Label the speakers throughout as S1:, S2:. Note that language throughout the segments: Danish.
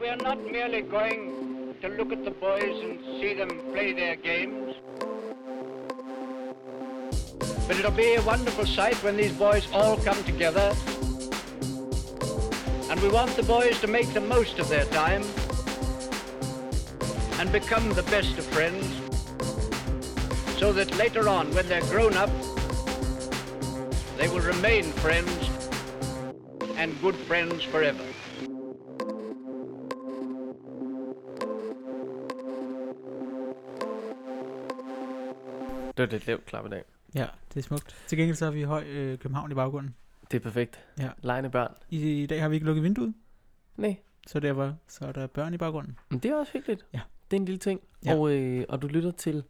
S1: we're not merely going to look at the boys and see them play their games. But it'll be a wonderful sight when these boys all come together. And we want the boys to make the most of their time and become the best of friends so that later on, when they're grown up, they will remain friends and good friends forever.
S2: Det var lidt lavt klap i dag.
S3: Ja, det er smukt. Til gengæld så har vi høj øh, København i baggrunden.
S2: Det er perfekt.
S3: Ja.
S2: Legende børn.
S3: I, I dag har vi ikke lukket vinduet,
S2: Nej,
S3: så derfor så er der børn i baggrunden.
S2: men det er også hyggeligt.
S3: Ja.
S2: Det er en lille ting.
S3: Ja.
S2: Og, øh, og du lytter til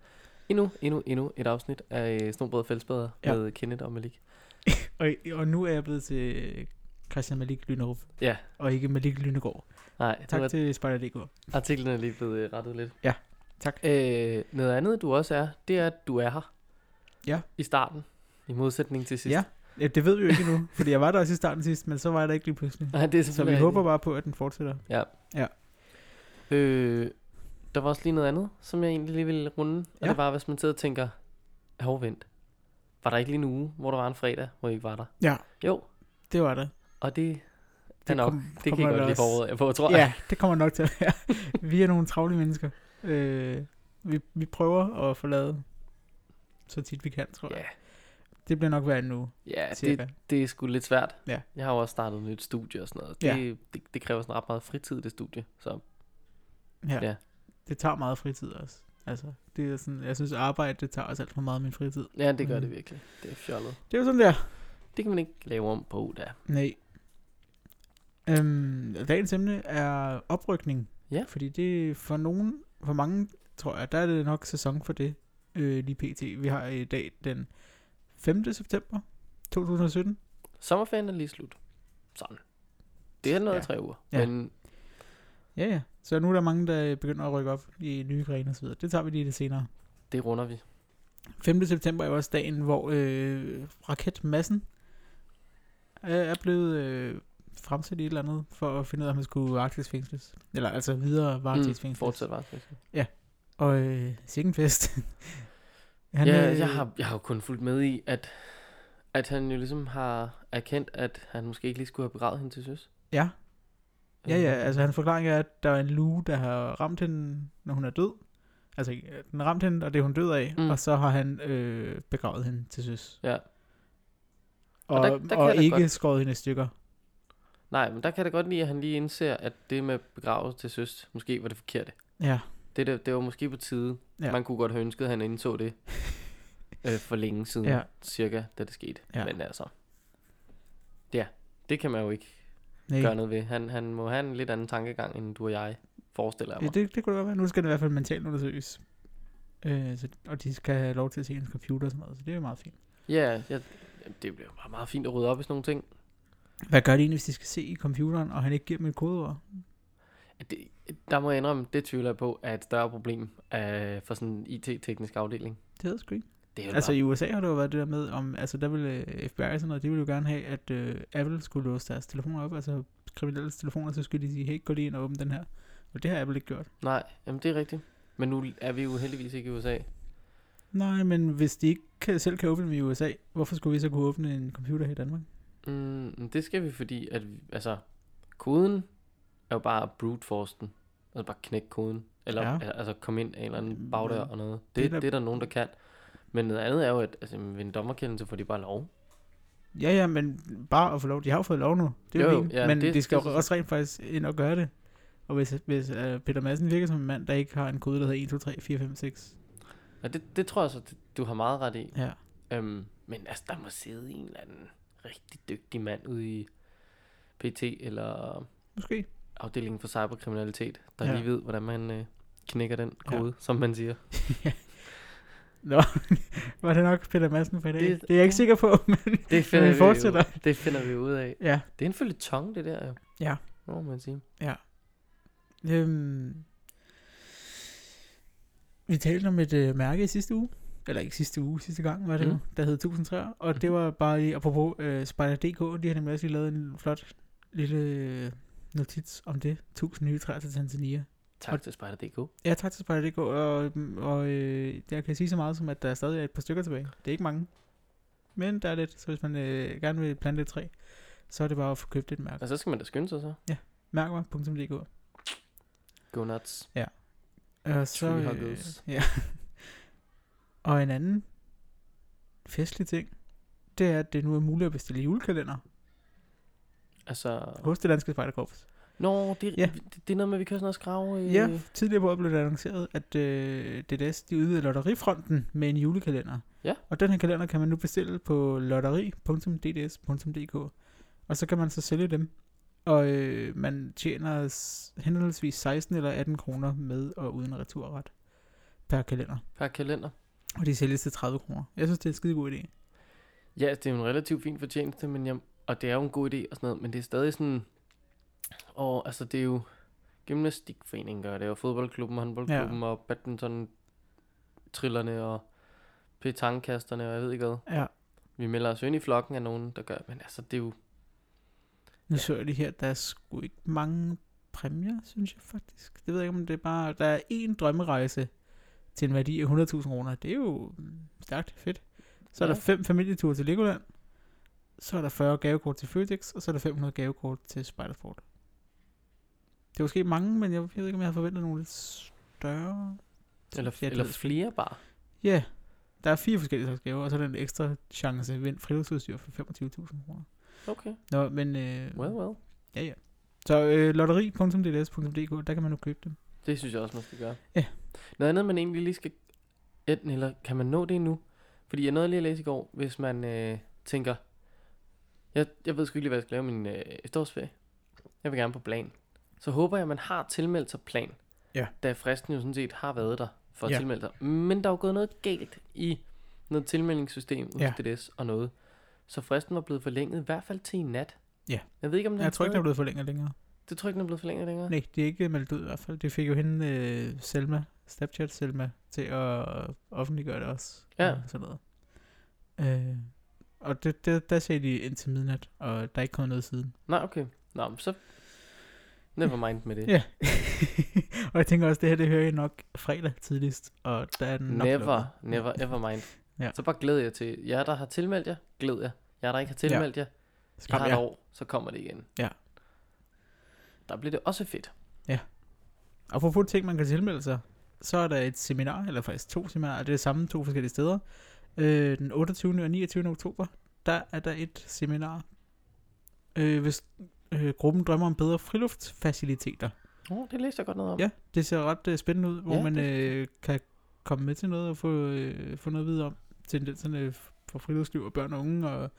S2: endnu, endnu, endnu et afsnit af øh, Snobrød og Fællesbader
S3: Ja.
S2: ja. med Kenneth og Malik.
S3: Og, og nu er jeg blevet til øh, Christian Malik Lynehoff,
S2: Ja,
S3: og ikke Malik Lynegård.
S2: nej,
S3: Tak
S2: det var,
S3: til Spejder.dk.
S2: artiklen er lige blevet øh, rettet lidt.
S3: Ja, tak.
S2: Øh, noget andet, du også er, det er, at du er her.
S3: Ja.
S2: I starten. I modsætning til sidst.
S3: Ja, Ja, det ved vi jo ikke endnu, fordi jeg var der også i starten sidst, men så var jeg der ikke lige pludselig.
S2: Nej, det er
S3: Så vi
S2: selvfølgelig
S3: håber
S2: rigtigt.
S3: bare på, at den fortsætter.
S2: Øh, der var også lige noget andet, som jeg egentlig lige ville runde. Og
S3: Ja.
S2: ja. det var, hvis man sidder og tænker, hov, vent. Var der ikke lige en uge, hvor der var en fredag, hvor I ikke var der?
S3: Ja,
S2: Jo,
S3: det var det.
S2: og det, det er
S3: Det
S2: nok.
S3: kom-
S2: det kan
S3: kommer
S2: jeg godt
S3: der
S2: lide
S3: også-
S2: foråret, jeg på, tror jeg.
S3: Ja, det kommer nok til at være. vi er nogle travle mennesker. Øh, vi, vi prøver at forlade så tit vi kan, tror jeg.
S2: Ja.
S3: Det bliver nok hver nu.
S2: Ja,
S3: Cirka.
S2: det, det er sgu lidt svært.
S3: Ja.
S2: Jeg har jo også startet et nyt studie og sådan noget. Det,
S3: Ja.
S2: det, det kræver sådan ret meget fritid, det studie. Så
S3: Ja.
S2: Ja.
S3: Det tager meget fritid også. Altså, det er sådan, jeg synes arbejde, det tager også alt for meget af min fritid.
S2: ja, det gør
S3: Mm.
S2: det virkelig. Det er fjollet.
S3: Det er jo sådan der.
S2: Det kan man ikke lave om på, da.
S3: Nej. Øhm, dagens emne er oprykning.
S2: Ja.
S3: Fordi det for nogen, for mange, tror jeg, der er det nok sæson for det øh, lige pt. Vi har i dag den 5. september 2017.
S2: Sommerferien er lige slut. Sådan. Det er noget
S3: Ja.
S2: ja. tre uger.
S3: Ja.
S2: Ja. Men
S3: Ja, ja. Så nu er der mange, der begynder at rykke op i nye grene osv. Det tager vi lige lidt senere.
S2: det runder vi.
S3: 5. september er jo også dagen, hvor øh, raketmassen er, er blevet øh, fremsat i et eller andet, for at finde ud af, om han skulle varetægtsfængsles. Eller altså videre
S2: Mm,
S3: varetægtsfængsles.
S2: fortsat varetægtsfængsel.
S3: Og øh, Sikkenfest.
S2: Han,
S3: øh,
S2: ja, jeg har, jeg har jo kun fulgt med i, at, at han jo ligesom har erkendt, at han måske ikke lige skulle have begravet hende til søs.
S3: Ja, ja, ja,
S2: Øh,
S3: altså hans forklaring er, at der er en lue, der har ramt hende, når hun er død. Altså, øh, den har ramt hende, og det er hun død af, mm.
S2: Mm.
S3: og så har han øh, begravet hende til søs.
S2: Ja.
S3: Og,
S2: Og
S3: og,
S2: der- der kan
S3: der, og
S2: jeg da
S3: ikke
S2: godt-
S3: skåret hende i stykker.
S2: Nej, men der kan jeg da godt lide, at han lige indser, at det med begravet til søs, måske var det forkerte.
S3: Ja,
S2: Det, der, det var måske på tide.
S3: Ja.
S2: Ja. Man kunne godt have ønsket, at han indså det øh, for længe siden,
S3: Ja.
S2: ja. cirka, da det skete.
S3: Ja.
S2: Ja. Men altså, ja, det kan man jo ikke
S3: nej.
S2: gøre noget ved. Han, han må have en lidt anden tankegang, end du og jeg forestiller jeg
S3: Ja,
S2: mig.
S3: det, det kunne det godt være. Nu skal det i hvert fald mentalt undersøges. Øh, så, og de skal have lov til at se hendes computer og sådan noget, så det er jo meget fint.
S2: Ja, ja, jamen, det bliver jo bare meget fint at rydde op i sådan nogle ting.
S3: Hvad gør de egentlig, hvis de skal se i computeren, og han ikke giver dem et kodeord?
S2: Det, der må jeg indrømme, det tvivler jeg på, er et større problem øh, for sådan en IT-teknisk afdeling.
S3: Det hedder sgu ikke.
S2: Det er jo
S3: Altså
S2: altså,
S3: i USA har det jo været det der med, om, altså der ville øh, FBI og sådan noget, de ville jo gerne have, at øh, Apple skulle låse deres telefoner op, altså kriminelles telefoner, så skulle de sige, hey, gå lige ind og åbne den her. Og det har Apple ikke gjort.
S2: Nej, jamen det er rigtigt. Men nu er vi jo heldigvis ikke i USA.
S3: Nej, men hvis de ikke kan, selv kan åbne dem i USA, hvorfor skulle vi så kunne åbne en computer her i Danmark?
S2: Mm, men det skal vi, fordi at, vi- altså, koden er jo bare at brute force den. Altså bare knække koden. Eller
S3: Ja.
S2: ja. altså komme ind af en eller anden
S3: Men
S2: bagdør og noget.
S3: det
S2: Det,
S3: er
S2: det,
S3: da-
S2: det er der nogen, der kan. Men noget andet er jo, at altså, ved en dommerkendelse får de bare lov.
S3: Ja, ja, men bare at få lov. De har jo fået lov nu. Det er jo,
S2: Jo, jo,
S3: fint.
S2: ja,
S3: men
S2: det-
S3: de skal
S2: det
S3: jo
S2: synes jeg.
S3: også rent faktisk ind og gøre det. Og hvis, hvis uh, Peter Madsen virker som en mand, der ikke har en kode, der hedder 1, 2, 3, 4, 5, 6.
S2: Ja, det, det tror jeg så, det- du har meget ret i.
S3: Ja.
S2: Øhm, men altså, der må sidde en eller anden rigtig dygtig mand ude i PT eller
S3: Måske.
S2: afdelingen for cyberkriminalitet, der
S3: Ja.
S2: ja. lige ved, hvordan man øh, knækker den kode, ja. som man siger.
S3: Nå, var det nok Peter Madsen for i dag? Det,
S2: Det-
S3: det er jeg ikke sikker på, men
S2: Det
S3: finder vi
S2: finder,
S3: vi
S2: vi,
S3: fortsætter.
S2: Ud, det finder vi ud af.
S3: ja.
S2: Det er en følge tong, det der jo.
S3: Ja.
S2: Hvad må man sige?
S3: Øhm, vi talte om et øh, mærke i sidste uge. Eller ikke sidste uge, sidste gang var det mm.
S2: Mhm.
S3: nu, der hed 1000 træer. Og det var bare lige, apropos øh, Spider.dk, de har nemlig også lige lavet en flot lille øh, notits om det. 1000 nye træer til Tanzania.
S2: Tak og, til Spider.dk.
S3: Ja, tak til Spider.dk, og, og øh, jeg kan sige så meget som, at der stadig er et par stykker tilbage. Det er ikke mange, men der er lidt, så hvis man øh, gerne vil plante et træ, så er det bare at få købt et mærke.
S2: Og så skal man da skynde sig så.
S3: Mærker.dk.
S2: Go nuts.
S3: Og så...
S2: Tree
S3: Øh,
S2: huggers.
S3: ja. og en anden festlig ting, det er, at det nu er muligt at bestille julekalender
S2: Altså,
S3: hos det danske spejderkorps.
S2: Nå, det,
S3: Ja.
S2: ja. det, det er noget med, at vi kører sådan noget skrav. Øh,
S3: Ja, tidligere på året blev det annonceret, at øh, DDS de udvider lotterifronten med en julekalender.
S2: Ja.
S3: Og den her kalender kan man nu bestille på lotteri.dds.dk. Og så kan man så sælge dem. Og øh, man tjener s- henholdsvis 16 eller 18 kroner med og uden returret per kalender.
S2: Per kalender.
S3: Og de sælges til 30 kroner. Jeg synes, det er en skide god idé.
S2: Ja, det er jo en relativt fin fortjeneste, men jeg, og det er jo en god idé og sådan noget, men det er stadig sådan... Og altså, det er jo... Gymnastikforeningen gør det, og fodboldklubben, håndboldklubben, ja. og badminton trillerne og petangkasterne, og jeg ved ikke hvad.
S3: Ja.
S2: Vi melder os jo ind i flokken af nogen, der gør, men altså, det er jo...
S3: Nu så jeg lige her, der er sgu ikke mange præmier, synes jeg faktisk. Det ved jeg ikke, om det er bare... Der er én drømmerejse til en værdi af 100.000 kroner. Det er jo mm, stærkt fedt. Så er ja.
S2: Ja.
S3: der fem familieture til Legoland. Så er der 40 gavekort til Føtex, og så er der 500 gavekort til Spiderford. Det er måske mange, men jeg, jeg ved ikke, om jeg havde forventet nogle lidt større...
S2: Eller,
S3: Ja,
S2: ja,
S3: det
S2: eller
S3: ved jeg sgu
S2: flere bare.
S3: Ja, der er fire forskellige slags gaver, og så er der en ekstra chance vind friluftsudstyr for 25.000 kroner.
S2: Okay,
S3: Nå, men... Øh,
S2: well, well.
S3: Ja, ja. Så øh, lotteri.dds.dk, der kan man jo købe dem.
S2: Det synes jeg også, man skal gøre.
S3: Ja.
S2: Noget andet, man egentlig lige skal... Enten, eller kan man nå det endnu? Fordi jeg nåede lige at læse i går, hvis man øh, tænker... Jeg, jeg ved sgu ikke lige, hvad jeg skal lave i min øh, efterårsferie. Jeg vil gerne på plan. Så håber jeg, at man har tilmeldt sig plan.
S3: Ja.
S2: Da fristen jo sådan set har været der for at
S3: Ja.
S2: ja. tilmelde sig. Men der er jo gået noget galt i noget tilmeldingssystem hos
S3: Ja.
S2: ja. DDS og noget. Så fristen var blevet forlænget i hvert fald til i nat.
S3: Ja.
S2: Jeg ved ikke, om den
S3: Jeg tror ikke, der
S2: stadig-
S3: er blevet forlænget længere.
S2: det tror jeg ikke, den er blevet forlænget længere.
S3: Nej, det er ikke meldt ud i hvert fald. Det fik jo hende, øh, Selma, Snapchat Selma, til at offentliggøre det også.
S2: Ja.
S3: Og Sådan noget. Øh, og det, det, der sagde de indtil midnat, og der er ikke kommet noget siden.
S2: Nej, okay. Nå, men så... Never mind med det.
S3: Ja. og jeg tænker også, det her, det hører jeg nok fredag tidligst, og der er den nok lukket.
S2: Never, never, ever mind.
S3: Ja.
S2: ja. Så bare glæd jer til. Jer, der har tilmeldt jer, glæd jer. Jer, der ikke har tilmeldt jer, I
S3: Skam
S2: har et
S3: jer.
S2: år, så kommer det igen.
S3: Ja.
S2: Der bliver det også fedt.
S3: Og for få ting, man kan tilmelde sig, så er der et seminar, eller faktisk to seminarer, det er det samme to forskellige steder. Øh, den 28. og 29. oktober, der er der et seminar, øh, hvis øh, gruppen drømmer om bedre friluftsfaciliteter.
S2: Oh, det læste jeg godt noget om.
S3: Ja, det ser ret øh, spændende ud, hvor ja,
S2: Ja,
S3: man
S2: det synes
S3: øh, kan komme med til noget og få, øh, få noget videre om tendenserne øh, for friluftsliv og børn og unge og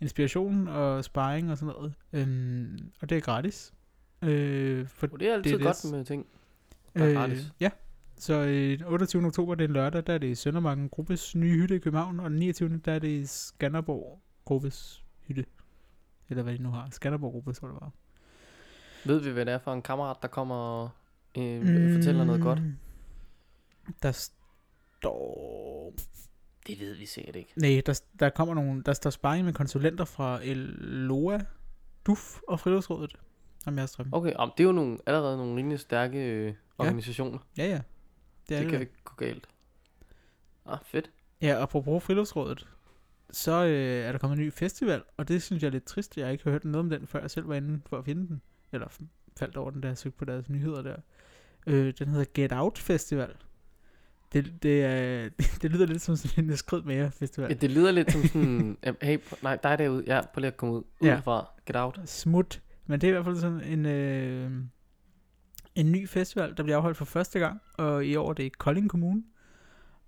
S3: inspiration og sparring og sådan noget. Øhm, og det er gratis. Øh, for
S2: Oh, det er altid
S3: Det er
S2: det,
S3: det.
S2: godt med ting. Og gratis.
S3: Øh, ja. Så øh, den 28. oktober, det er en lørdag, der er det i Søndermarken Gruppes nye hytte i København, og den 29. der er det i Skanderborg Gruppes hytte. Eller hvad de nu har. Skanderborg Gruppe, tror jeg det var.
S2: Ved vi, hvad det er for en kammerat, der kommer og øh, mm. fortæller noget godt?
S3: Der står...
S2: Det ved vi sikkert ikke.
S3: Nej, der, der kommer nogle... Der står sparring med konsulenter fra LOA, DUF og Friluftsrådet. Om jeg strøm.
S2: Okay, om det er jo nogle, allerede nogle rimelig stærke øh, organisationer.
S3: Ja, ja.
S2: Ja, det, det kan
S3: da.
S2: ikke gå galt. Ah, fedt.
S3: Ja, apropos friluftsrådet, så øh, er der kommet en ny festival, og det synes jeg er lidt trist. Jeg har ikke hørt noget om den, før jeg selv var inde for at finde den. Eller f- faldt over den, da jeg søgte på deres nyheder der. Øh, den hedder Get Out Festival. Det, det, er, det lyder lidt som sådan en skrid mere
S2: Ja,
S3: festival.
S2: det lyder lidt som sådan, øh, hey, pr- nej, dig derude, ja, prøv lige at komme ud, ud
S3: Ja.
S2: ja. herfra, get out.
S3: Smut. Men det er i hvert fald sådan en, øh, en ny festival, der bliver afholdt for første gang. Og i år er det i Kolding Kommune.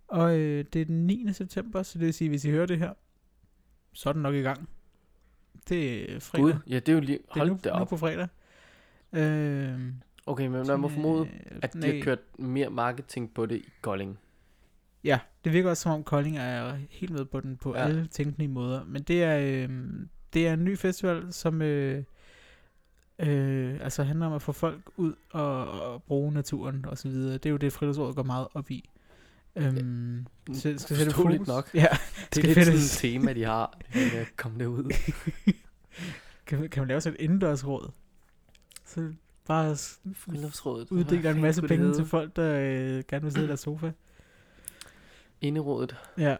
S3: Og øh, det er den 9. september, så det vil sige, hvis I hører det her, så er den nok i gang. Det er fredag.
S2: Gud, ja, det er jo lige,
S3: det er nu,
S2: hold da
S3: nu
S2: op.
S3: på fredag. Øh,
S2: Okay, men man må formode, at de
S3: nej.
S2: har kørt mere marketing på det i Kolding.
S3: Ja, det virker også som om Kolding er helt med på den på ja.
S2: Ja.
S3: alle tænkelige måder. Men det er, øh, det er en ny festival, som øh, øh, altså handler om at få folk ud og, og bruge naturen og så videre. Det er jo det, friluftsrådet går meget op i. Øhm, ja. så, skal sætte
S2: Forståeligt
S3: fokus,
S2: Mm, nok.
S3: Ja,
S2: Det
S3: Skal
S2: er lidt sådan
S3: findes.
S2: et tema, de har, det der med at komme derud.
S3: kan, kan man lave sådan et indendørsråd? Så bare s-
S2: Friluftsrådet.
S3: uddeler
S2: Hvad
S3: en masse
S2: skulle det
S3: penge
S2: hedde?
S3: til folk, der øh, gerne vil sidde i deres sofa.
S2: Inderådet.
S3: Ja.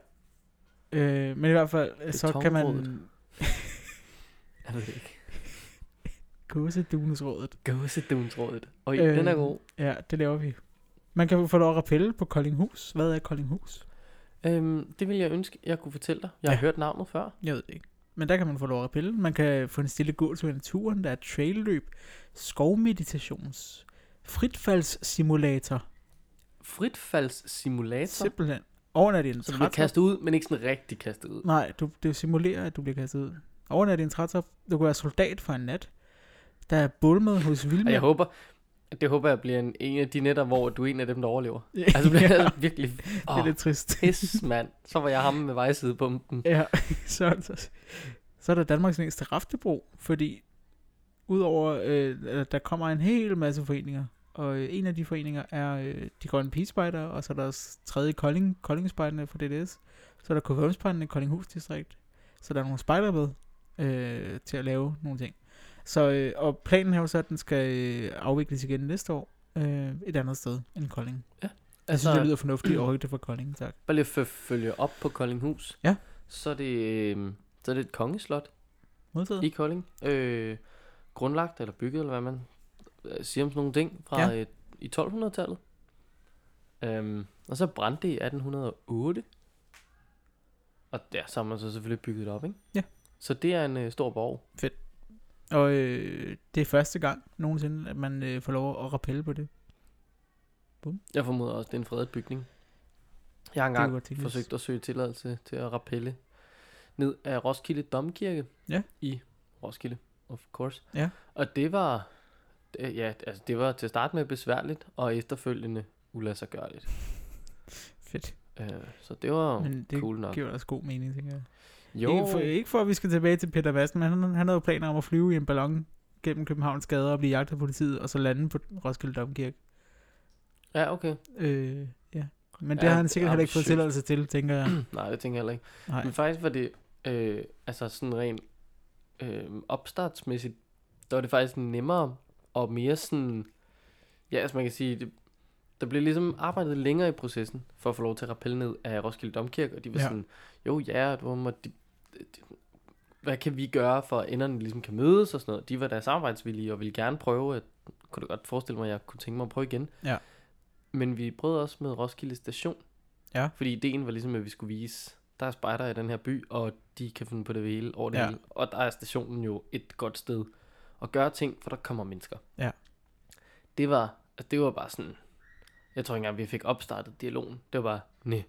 S3: Øh, men i hvert fald, øh, så kan man
S2: Betonrådet. Jeg ved det ikke.
S3: gåse Dunusrådet.
S2: Gåsedunsrådet. Og øh, den er god.
S3: Ja, det laver vi. Man kan få lov at rappelle på Koldinghus. Hvad er Koldinghus?
S2: Øhm, det vil jeg ønske, jeg kunne fortælle dig. Jeg har
S3: Ja.
S2: hørt navnet før.
S3: Jeg ved det ikke. Men der kan man få lov at rappelle. Man kan få en stille gåtur i naturen. Der er trailløb, skovmeditations, fritfaldssimulator.
S2: Fritfaldssimulator.
S3: Simpelthen. Overnat i en
S2: Så du bliver
S3: trætop.
S2: kastet ud, men ikke sådan rigtig kastet ud.
S3: Nej, du, det simulerer, at du bliver kastet ud. Overnat i en trætop. Du kan være soldat for en nat. Der er bålmad hos
S2: Og jeg
S3: vildmænd.
S2: håber, det håber jeg bliver en, en af de netter, hvor du er en af dem, der overlever.
S3: Ja.
S2: Altså det bliver altså virkelig...
S3: Det er
S2: Åh,
S3: lidt trist.
S2: pis, mand. Så var jeg ham med vejsidepumpen.
S3: Ja, så, er det så, så er der Danmarks længste raftebro, fordi udover, øh, eller der kommer en hel masse foreninger, og øh, en af de foreninger er øh, de grønne pigespejder, og så er der også tredje Kolding, Koldingspejerne fra DDS, så er der KVM-spejderne i Koldinghus distrikt, så der er nogle spejder med øh, til at lave nogle ting. Så, øh, og planen er jo så, at den skal øh, afvikles igen næste år, øh, et andet sted end Kolding. Jeg synes, det lyder fornuftigt og højde for Kolding, tak.
S2: Altså, Bare lige for at følge op på Koldinghus.
S3: Ja.
S2: Så er det, øhm, så er det et kongeslot
S3: Modtaget.
S2: i Kolding. Øh, grundlagt eller bygget, eller hvad man øh, siger om sådan nogle ting fra
S3: Ja.
S2: ja. et, i 1200-tallet. Øhm, og så brændte det i 1808. Og der så har man så selvfølgelig bygget det op, ikke?
S3: Ja.
S2: Så det er en øh, stor borg.
S3: Og øh, det er første gang nogensinde, at man øh, får lov at rappelle på det.
S2: Jeg formoder også, det er en fredet bygning. Jeg har
S3: Det kunne
S2: engang
S3: godt tænkes.
S2: forsøgt at søge tilladelse til at rappelle ned af Roskilde Domkirke
S3: Ja.
S2: i Roskilde, of course.
S3: Ja.
S2: Og det var, øh, ja, altså det var til at starte med besværligt, og efterfølgende ulassergørligt.
S3: Fedt.
S2: Øh, så det var jo
S3: Men det
S2: cool nok.
S3: giver også god mening, tænker jeg.
S2: Jo,
S3: Ikke, for, ikke for, at vi skal tilbage til Peter Madsen, men han, han havde jo planer om at flyve i en ballon gennem Københavns gader og blive jagtet af politiet, og så lande på Roskilde Domkirke.
S2: ja okay.
S3: Øh, ja. Men det
S2: Ja,
S3: har han
S2: det
S3: sikkert
S2: er
S3: heller ikke fået
S2: ambitiøst.
S3: tilladelse til, tænker jeg.
S2: Nej, det tænker jeg heller ikke.
S3: Nej.
S2: Men faktisk var det, øh, altså sådan rent øh, opstartsmæssigt, der var det faktisk nemmere og mere sådan, ja, altså man kan sige, det, der blev ligesom arbejdet længere i processen, for at få lov til at rappelle ned af Roskilde Domkirke, og de var
S3: Ja.
S2: ja. sådan, jo ja, hvor må de, de, hvad kan vi gøre for, at enderne ligesom kan mødes og sådan noget. De var da samarbejdsvillige og ville gerne prøve, at kunne du godt forestille mig, at jeg kunne tænke mig at prøve igen.
S3: Ja.
S2: Men vi prøvede også med Roskilde Station.
S3: Ja.
S2: Fordi ideen var ligesom, at vi skulle vise, der er spejder i den her by, og de kan finde på det hele over det
S3: Ja.
S2: ja. hele. Og der er stationen jo et godt sted at gøre ting, for der kommer mennesker.
S3: Ja.
S2: Det var, altså det var bare sådan, jeg tror ikke engang, vi fik opstartet dialogen. Det var bare, nej.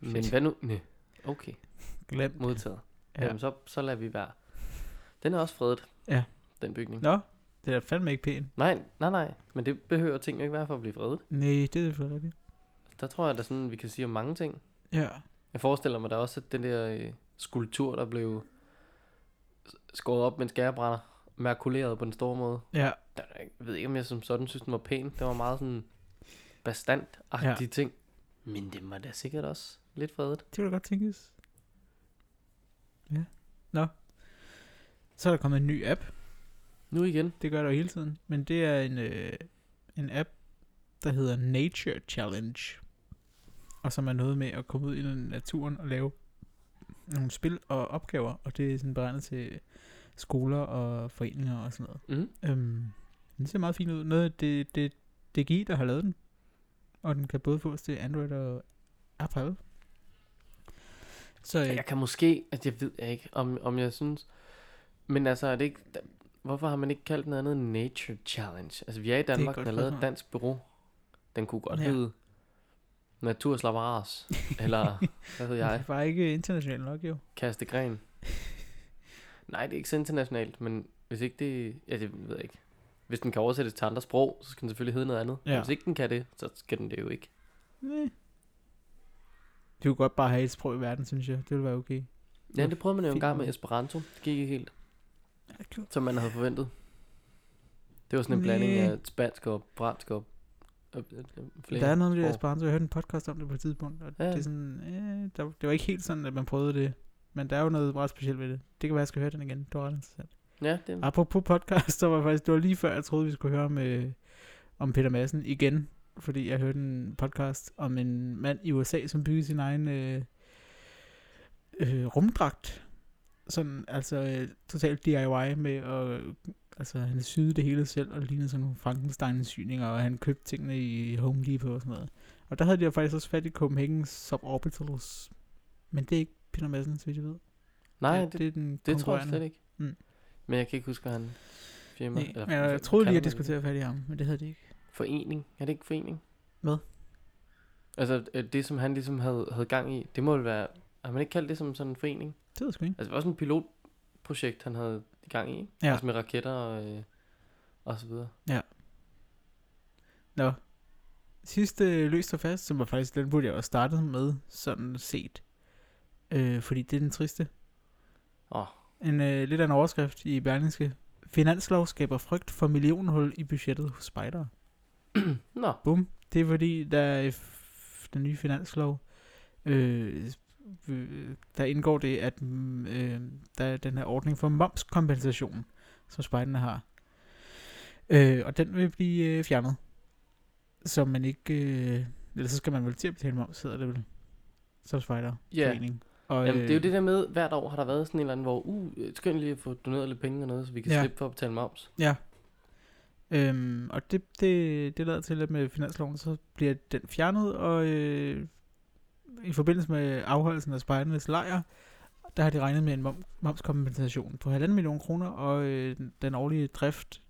S2: Men
S3: Fedt.
S2: hvad nu? Nej. Okay,
S3: Glem.
S2: modtaget.
S3: Ja.
S2: Ja. Jamen, så, så lader vi være. Den er også fredet.
S3: Ja.
S2: Den bygning.
S3: Nå, det er da fandme ikke pænt.
S2: Nej, nej, nej. Men det behøver ting jo ikke være for at blive fredet.
S3: Nej, det er selvfølgelig rigtigt.
S2: Der tror jeg, der sådan, vi kan sige om mange ting.
S3: Ja.
S2: Jeg forestiller mig da også, at den der øh, skulptur, der blev s- skåret op med en skærebrænder, merkuleret på den store måde.
S3: Ja.
S2: Der- Jeg ved ikke, om jeg som sådan synes, den var pæn. Det var meget sådan bastant-agtige ja. ting. Men det var da sikkert også lidt fredet.
S3: Det kunne da godt tænkes. Ja. Nå. Så er der kommet en ny app.
S2: Nu igen.
S3: Det gør der jo hele tiden. Men det er en, øh, en app, der hedder Nature Challenge. Og som er noget med at komme ud i naturen og lave nogle spil og opgaver. Og det er sådan beregnet til skoler og foreninger og sådan noget.
S2: Mm.
S3: Øhm, den ser meget fin ud. Noget af det, det, det er GI, der har lavet den. Og den kan både fås til Android og Apple. Så øh,
S2: Jeg kan måske, at jeg ved jeg ikke, om, om jeg synes... Men altså, er det ikke... da- Hvorfor har man ikke kaldt noget andet end Nature Challenge? Altså, vi er i Danmark,
S3: godt
S2: den er lavet af et
S3: spørgsmål.
S2: dansk bureau. Den kunne godt
S3: Ja.
S2: ja. hedde Naturslapperas. eller, hvad ved
S3: det
S2: jeg,
S3: er bare ikke internationalt nok jo.
S2: Kaste Gren. Nej, det er ikke så internationalt, men hvis ikke det... Ja, det ved jeg ikke. Hvis den kan oversættes til andre sprog, så skal den selvfølgelig hedde noget andet.
S3: Ja.
S2: Ja. Hvis ikke den kan det, så skal den det jo ikke.
S3: Næh. Det kunne godt bare have et sprog i verden, synes jeg. Det ville være okay.
S2: Ja,
S3: Nå,
S2: det prøvede man jo
S3: fint
S2: en gang med
S3: nok.
S2: Esperanto. Det gik ikke helt. som man havde forventet. Det var sådan en
S3: Næh.
S2: blanding af spansk og fransk og... og- og- og flere
S3: Der er noget med det
S2: sprog.
S3: Esperanto. Jeg hørte en podcast om det på et tidspunkt, og ja.
S2: Ja.
S3: det er sådan, øh, der, det var ikke helt sådan, at man prøvede det. Men der er jo noget meget specielt ved det. Det kan være, jeg skal høre den igen. Det var ret interessant.
S2: Ja, det er
S3: Apropos podcast, så var faktisk, det var lige før, jeg troede, vi skulle høre om, øh, om Peter Madsen igen. Fordi jeg hørte en podcast om en mand i USA, som byggede sin egen øh, øh, rumdragt. Sådan, altså øh, totalt DIY med at... Altså, han syede det hele selv, og det lignede sådan nogle Frankenstein-syninger, og han købte tingene i Home Depot og sådan noget. Og der havde de jo faktisk også fat i Copenhagen Suborbitals. Men det er ikke Peter Madsen, så vidt jeg ved.
S2: Nej,
S3: Ja,
S2: det,
S3: det er den
S2: det tror jeg
S3: konkurrerende.
S2: slet ikke.
S3: Mm.
S2: Men jeg kan ikke huske, hvad han firma...
S3: Nej,
S2: eller
S3: men jeg
S2: hvad
S3: troede lige,
S2: kalder
S3: at
S2: man det?
S3: diskuterede fat i ham, men det havde de ikke.
S2: Forening. Er det ikke forening?
S3: Hvad?
S2: Altså, øh, det som han ligesom havde, havde gang i, det må jo være... Har man ikke kaldt det som sådan en forening?
S3: Det ved jeg sgu ikke.
S2: Altså, det var sådan et pilotprojekt, han havde i gang i. ikke?
S3: Ja.
S2: Altså med raketter og, øh, og så videre.
S3: Nå. Sidste løst og fast, som var faktisk den, burde jeg også startede med, sådan set. Øh, fordi det er den triste.
S2: Åh.
S3: En øh, lidt af en overskrift i Berlingske. Finanslov skaber frygt for millionhul i budgettet hos spejdere.
S2: Nå,
S3: Bum. Det er fordi, der er f- den nye finanslov. Øh, øh, der indgår det, at mm, øh, der er den her ordning for momskompensation, som spejderne har. Øh, og den vil blive øh, fjernet. Så man ikke... Øh, eller så skal man vel til at betale moms, hedder det vel. Som spejder.
S2: Ja.
S3: Og, øh,
S2: Jamen, det er jo det der med, hvert år har der været sådan en eller anden, hvor, uh, skønt lige at få doneret lidt penge og noget, så vi kan
S3: Ja.
S2: ja. slippe for at betale moms.
S3: Øhm, og det, det, det lader til, at med finansloven, så bliver den fjernet, og øh, i forbindelse med afholdelsen af spejdernes lejr, der har de regnet med en mom- momskompensation på 1,5 million kroner, og øh, den- den årlige drift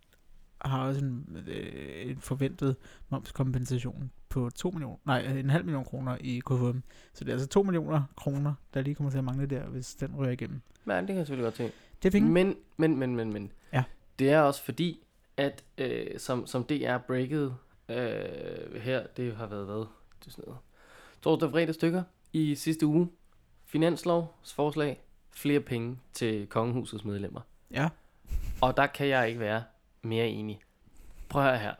S3: har også en, øh, en forventet momskompensation på 2 millioner, nej, øh, en halv million kroner i KFM. Så det er altså 2 millioner kroner, der lige kommer til at mangle der, hvis den rører igennem.
S2: Ja, det kan jeg selvfølgelig godt se.
S3: Det er penge.
S2: Men, men, men, men, men.
S3: Ja.
S2: Det er også fordi, at øh, som, som DR breakede øh, her, det har været hvad? Det er sådan noget. Torsdag og fredag stykker i sidste uge. Finanslovsforslag. Flere penge til kongehusets medlemmer.
S3: Ja.
S2: Og der kan jeg ikke være mere enig. Prøv at høre her.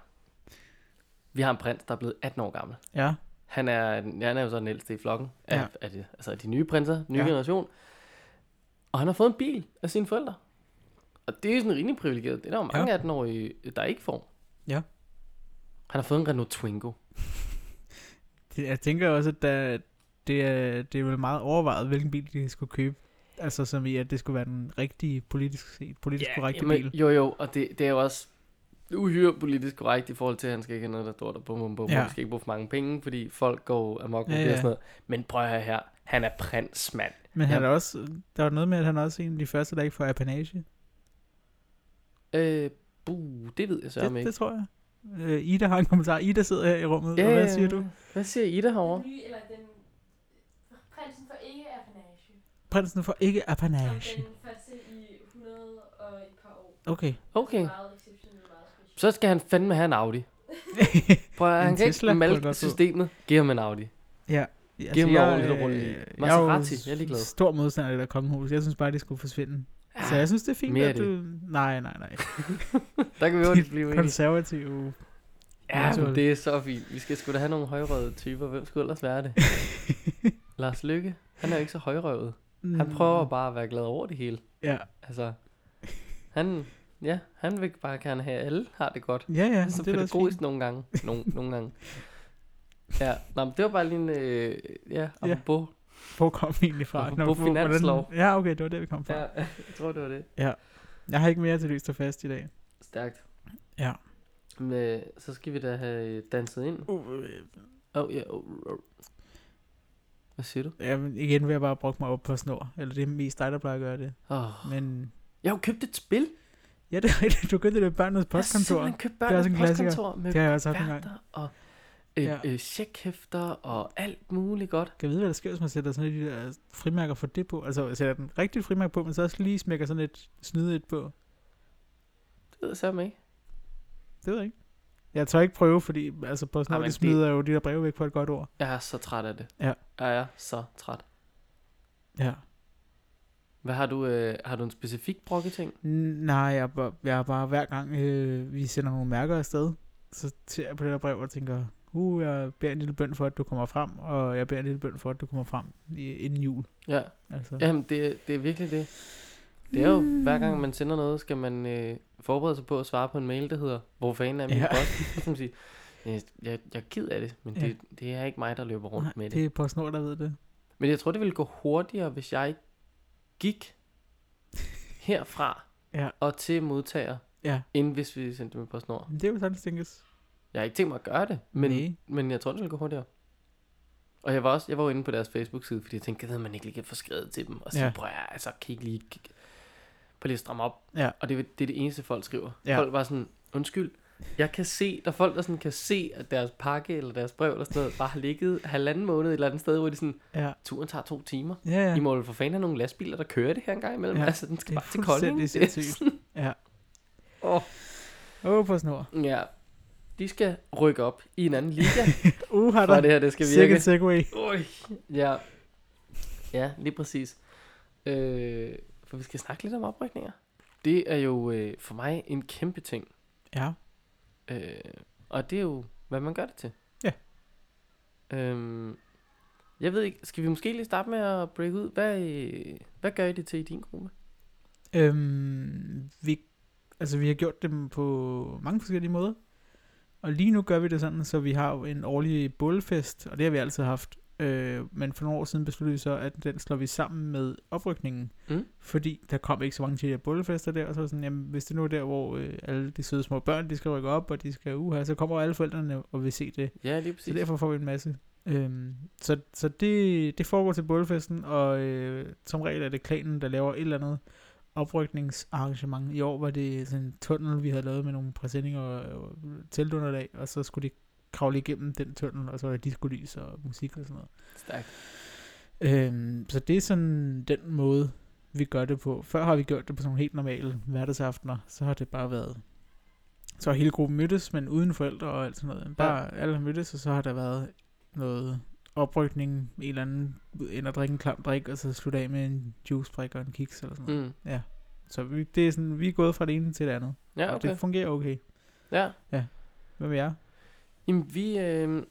S2: Vi har en prins, der er blevet 18 år gammel.
S3: Ja,
S2: Han er, han er jo så den ældste i flokken af,
S3: Ja.
S2: ja. af, de, altså af de nye prinser, den nye
S3: Ja.
S2: ja. generation. Og han har fået en bil af sine forældre. Og det er jo sådan rimelig privilegeret. Det er der jo mange 18-årige, der ikke får.
S3: Ja.
S2: Han har fået en Renault Twingo.
S3: Det, jeg tænker også, at der, det, er, det er vel meget overvejet, hvilken bil de skulle købe. Altså som i, at det skulle være den rigtige politisk set, politisk yeah, korrekte
S2: jamen,
S3: bil.
S2: Jo, jo, og det, det er jo også uhyre politisk korrekt i forhold til, at han skal ikke have noget, der står der bum, bum, bum.
S3: Ja.
S2: Ja. Han skal ikke bruge for mange penge, fordi folk går amok med
S3: Ja,
S2: det
S3: ja.
S2: og sådan noget. Men prøv at høre her. Han er prins, mand.
S3: Men han
S2: ja.
S3: er også, der var noget med, at han er også en af de første, der ikke får apanage.
S2: Øh, buh, det ved jeg så
S3: Det,
S2: ikke.
S3: det tror jeg. Øh, Ida har en kommentar. Ida sidder her i rummet. Yeah, og hvad siger du?
S2: Hvad siger Ida herovre?
S4: Den nye, eller den... Prinsen får ikke apanage.
S3: Prinsen får ikke
S4: Som
S3: apanage.
S4: den første i 100 og et par år.
S3: Okay.
S2: Okay.
S4: Meget exceptionelt, meget specielt.
S2: Så skal han fandme have en Audi. Prøv at,
S3: En
S2: han kan
S3: Tesla
S2: ikke
S3: kunne det
S2: malke
S3: godt få.
S2: systemet. Giv ham en Audi.
S3: Altså,
S2: Giv mig ordentligt at rulle i.
S3: jeg er
S2: Maserati, jeg er
S3: jo
S2: ligeglad.
S3: stor modstander af det der kongehus. Jeg synes bare, det skulle forsvinde.
S2: Ah.
S3: Så jeg synes, det er fint,
S2: mere
S3: at
S2: af
S3: du... Nej, nej, nej.
S2: Der kan vi hurtigt blive enige.
S3: Konservative
S2: Ja,
S3: konservativt.
S2: men det er så fint. Vi skal sgu da have nogle højrøvede typer. Hvem skulle ellers være det? Lars Lykke, han er jo ikke så højrøvet.
S3: Mm.
S2: Han prøver bare at være glad over det hele.
S3: Ja,
S2: Altså, han, ja, han vil bare gerne have, at alle har det godt.
S3: ja, ja
S2: Han er så
S3: det er da også
S2: pædagogisk
S3: fint.
S2: nogle gange. Nogle, nogle gange. Ja, nå, men det var bare lige en, øh, ja, apropos.
S3: Hvor kom vi egentlig fra?
S2: Apropos
S3: Nå, hvor- hvordan-
S2: finanslov.
S3: Ja, okay, det var der, vi kom fra.
S2: Ja,
S3: Ja.
S2: jeg tror, det var det.
S3: Jeg har ikke mere til løst og fast i dag.
S2: Stærkt.
S3: Ja.
S2: Men, øh, så skal vi da have øh, danset ind.
S3: Uh,
S2: Åh, oh, ja. Oh, oh. Hvad siger du?
S3: jamen, igen vil jeg bare bruge mig op på snor. Eller det er mest dig, der plejer at gøre det.
S2: Oh.
S3: Men
S2: Jeg har jo købt et spil.
S3: ja, det er rigtigt. Du købte det børnenes
S2: Jeg har
S3: postkontor.
S2: simpelthen købt
S3: Det er også en
S2: børnene
S3: klassiker.
S2: postkontor med
S3: Det har jeg også haft en gang.
S2: værter og øh,
S3: Ja.
S2: ja. øh, checkhæfter og alt muligt godt.
S3: Kan jeg vide, hvad der sker, hvis man sætter sådan lidt de der frimærker for det på? Altså, jeg sætter den rigtige frimærke på, men så også lige smækker sådan et snydet på.
S2: Det ved jeg sammen ikke.
S3: Det ved jeg ikke. Jeg tør ikke prøve, fordi altså, på snor,
S2: Ej, men
S3: de
S2: det-
S3: smider jo de der breve væk for et godt ord.
S2: Jeg er så træt af det.
S3: Ja.
S2: Jeg er så træt.
S3: Ja.
S2: Hvad har du? Øh, har du en specifik brokketing?
S3: N- Nej, jeg er, bare, jeg er bare hver gang, øh, vi sender nogle mærker afsted, så ser jeg på det der brev og tænker, uh, jeg beder en lille bøn for, at du kommer frem, og jeg beder en lille bøn for, at du kommer frem i, inden jul.
S2: Ja.
S3: Altså.
S2: Jamen, det, det er virkelig det. Det er jo, hver gang man sender noget, skal man øh, forberede sig på at svare på en mail, der hedder, hvor fanden er min
S3: Ja.
S2: ja. post? Så kan man sige, "Øh, jeg, jeg er ked af det, men
S3: Ja.
S2: ja. det, det er ikke mig, der løber rundt
S3: Nej,
S2: Nej, med det.
S3: det er PostNord, der ved det.
S2: Men jeg tror, det ville gå hurtigere, hvis jeg gik herfra
S3: Ja.
S2: og til modtager,
S3: Ja.
S2: end hvis vi sendte det med PostNord.
S3: Men Det er jo sådan, det tænkes.
S2: Jeg har ikke tænkt mig at gøre det, men,
S3: Næ.
S2: men jeg tror, det ville gå hurtigere. Og jeg var også jeg var jo inde på deres Facebook-side, fordi jeg tænkte, at man ikke lige kan få skrevet til dem. Og så
S3: Ja.
S2: ja. prøv at, altså, kan I ikke lige kigge- prøv lige at stramme op.
S3: Ja.
S2: Og det, er- det er det eneste, folk skriver.
S3: Ja.
S2: Ja. Folk var sådan, undskyld, jeg kan se, der er folk, der sådan kan se, at deres pakke eller deres brev eller sådan noget, bare har ligget halvanden måned et eller andet sted, hvor de sådan,
S3: Ja.
S2: turen tager to timer.
S3: Ja, ja.
S2: I må jo for fanden have nogle lastbiler, der kører det her en gang imellem.
S3: Ja,
S2: Ja, altså, den skal
S3: det er
S2: bare til Kolding.
S3: fuldstændig sindssygt. Ja.
S2: oh,
S3: Åh, oh, PostNord.
S2: ja. De skal rykke op i en anden liga,
S3: Uh, har
S2: for
S3: der.
S2: at det her det skal
S3: Sikkert
S2: virke.
S3: segway.
S2: Ui, ja. ja, lige præcis. Øh, for vi skal snakke lidt om oprykninger. Det er jo øh, for mig en kæmpe ting.
S3: Ja.
S2: Øh, og det er jo, hvad man gør det til.
S3: Ja.
S2: Øhm, jeg ved ikke, skal vi måske lige starte med at break ud? Hvad, øh, hvad gør I det til i din gruppe?
S3: Øhm, vi, altså, vi har gjort dem på mange forskellige måder. Og lige nu gør vi det sådan, så vi har jo en årlig bålfest, og det har vi altid haft. Øh, men for nogle år siden besluttede vi så, at den slår vi sammen med oprykningen.
S2: Mm.
S3: Fordi der kom ikke så mange til de her bålfester der, og så var sådan, jamen, hvis det nu er der, hvor øh, alle de søde små børn, de skal rykke op, og de skal uha, så kommer alle forældrene og vil se det.
S2: Ja, lige præcis.
S3: Så derfor får vi en masse. Øhm, så så det, det foregår til bålfesten, og øh, som regel er det klanen, der laver et eller andet oprykningsarrangement. I år var det sådan en tunnel, vi havde lavet med nogle præsendinger og, og teltunderlag, og så skulle de kravle igennem den tunnel, og så var der diskolys og musik og sådan noget.
S2: Stærkt.
S3: Øhm, så det er sådan den måde, vi gør det på. Før har vi gjort det på sådan nogle helt normale hverdagsaftener, så har det bare været... Så har hele gruppen mødtes, men uden forældre og alt sådan noget. Bare ja. alle har mødtes, og så har der været noget oprykning, en eller anden ind og drikke en klam drik, og så slutte af med en juicebrik og en kiks eller sådan noget. Mm.
S2: Mm.
S3: Så vi, det er sådan, vi er gået fra det ene til det andet.
S2: Ja,
S3: Og
S2: okay.
S3: det fungerer okay.
S2: Ja.
S3: Hvad med jer?
S2: Jamen, vi, øh,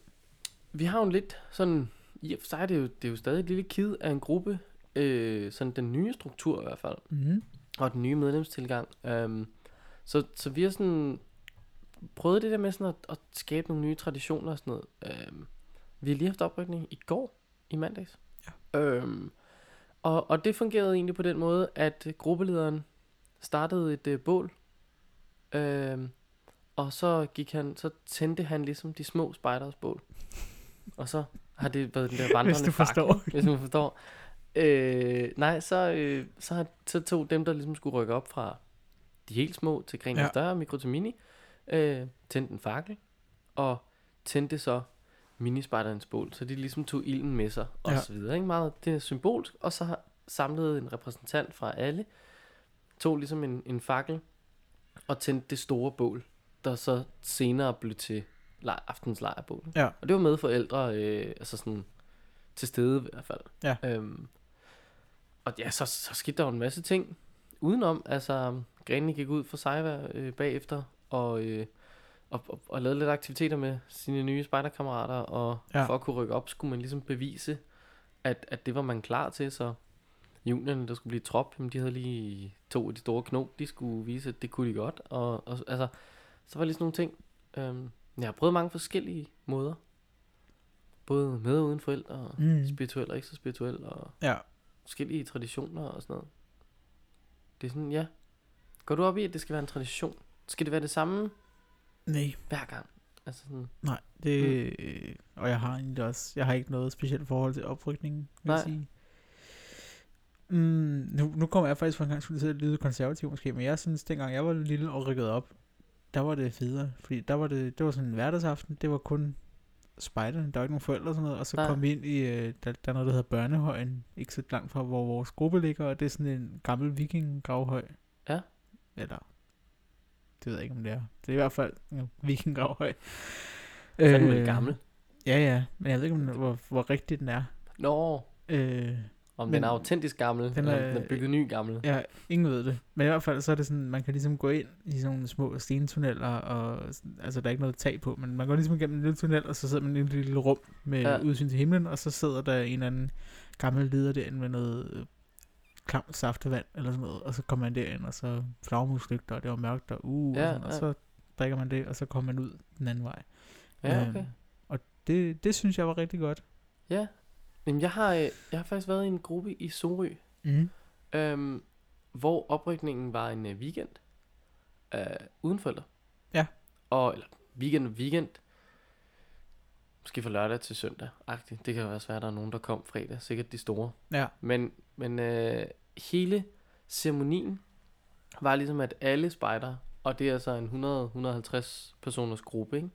S2: vi har jo en lidt sådan... I og for sig er det jo, det er jo stadig et lille kid af en gruppe. Øh, sådan den nye struktur i hvert fald.
S3: Mm-hmm.
S2: Og den nye medlemstilgang. Øh, så, så vi har sådan prøvet det der med sådan at, at skabe nogle nye traditioner og sådan noget. Øh, vi har lige haft oprykning i går, i mandags. Ja. Øh, og, og det fungerede egentlig på den måde, at gruppelederen startede et øh, bål. Øh, og så gik han, så tændte han ligesom de små spejders bål. Og så har det været den der vandrende
S3: Hvis du
S2: fakkel,
S3: forstår.
S2: Hvis man forstår. Øh, nej, så, øh, så, har, så tog dem, der ligesom skulle rykke op fra de helt små til grenen
S3: Ja.
S2: ja. større, mikro til mini, øh, tændte en fakkel, og tændte så minispejderens bål, så de ligesom tog ilden med sig, og
S3: Ja.
S2: ja. så videre, ikke? Meget, det er symbolsk, og så har- samlede en repræsentant fra alle, tog ligesom en, en fakkel, og tændte det store bål, der så senere blev til lej, aftens lejrbål.
S3: Ja.
S2: Og det var med forældre, øh, altså sådan til stede i hvert fald.
S3: Ja.
S2: Øhm, og ja, så, så skete der jo en masse ting udenom. Altså, Grene gik ud for Sejva øh, bagefter, og, øh, og, og, og lavede lidt aktiviteter med sine nye spejderkammerater, og
S3: Ja.
S2: ja. for at kunne rykke op, skulle man ligesom bevise, at, at det var man klar til, så juniorerne, der skulle blive trop, jamen, de havde lige to af de store knop, de skulle vise, at det kunne de godt, og, og altså, så var lige sådan nogle ting. Øhm, jeg har prøvet mange forskellige måder, både med og uden forældre, og
S3: Mm.
S2: spirituel og ikke så spirituel, og
S3: Ja.
S2: forskellige traditioner og sådan noget. Det er sådan, ja. Går du op i, at det skal være en tradition? Skal det være det samme
S3: Nej,
S2: hver gang? Altså sådan,
S3: Nej, det... Mm. Og jeg har egentlig også... Jeg har ikke noget specielt forhold til oprykningen, vil jeg
S2: Nej.
S3: sige. Mm, nu, nu kommer jeg faktisk for en gang skulle til at lyde konservativ måske, men jeg synes, dengang jeg var lille og rykkede op, der var det federe, fordi der var det, det var sådan en hverdagsaften, det var kun spejderne, der var ikke nogen forældre og sådan noget, og så
S2: Nej.
S3: kom vi ind i, øh, der, der er noget, der hedder Børnehøjen, ikke så langt fra, hvor vores gruppe ligger, og det er sådan en gammel vikinggravhøj.
S2: Ja.
S3: Eller, det ved jeg ikke, om det er. Det er i hvert fald en vikinggravhøj.
S2: fandme øh, gammel.
S3: Ja, ja, men jeg ved ikke, om, den- hvor, hvor rigtig den er.
S2: Nå,
S3: Øh,
S2: om
S3: Men-
S2: den er autentisk gammel, den
S3: er-
S2: eller om den er bygget ny gammel. Ja.
S3: ja, ingen ved det. Men i hvert fald, så er det sådan, man kan ligesom gå ind i sådan nogle små stentunneller, og sådan- altså, der er ikke noget tag på, men man går ligesom igennem en lille tunnel, og så sidder man i et lille rum med ja.
S2: Ja.
S3: udsyn til himlen, og så sidder der en eller anden gammel leder derinde med noget øh, klamt saftevand eller sådan noget, og så kom man derind, og så flagmuslygter, og det var mørkt, og uh,
S2: Ja,
S3: ja, og, sådan,
S2: ja.
S3: og så drikker man det, og så kommer man ud den anden vej.
S2: Ja,
S3: Øhm,
S2: okay.
S3: og det, det synes jeg var rigtig godt.
S2: Ja. Jamen, jeg har, øh, jeg har faktisk været i en gruppe i Sorø,
S3: Mm.
S2: øhm, hvor oprykningen var en øh, weekend øh, uden forældre.
S3: Ja.
S2: Og, eller weekend, weekend. Måske fra lørdag til søndag. -agtigt. Det kan jo også være, at der er nogen, der kom fredag. Sikkert de store.
S3: Ja,
S2: Men, men øh, hele ceremonien var ligesom, at alle spejdere, og det er altså en 100-150 personers gruppe, ikke?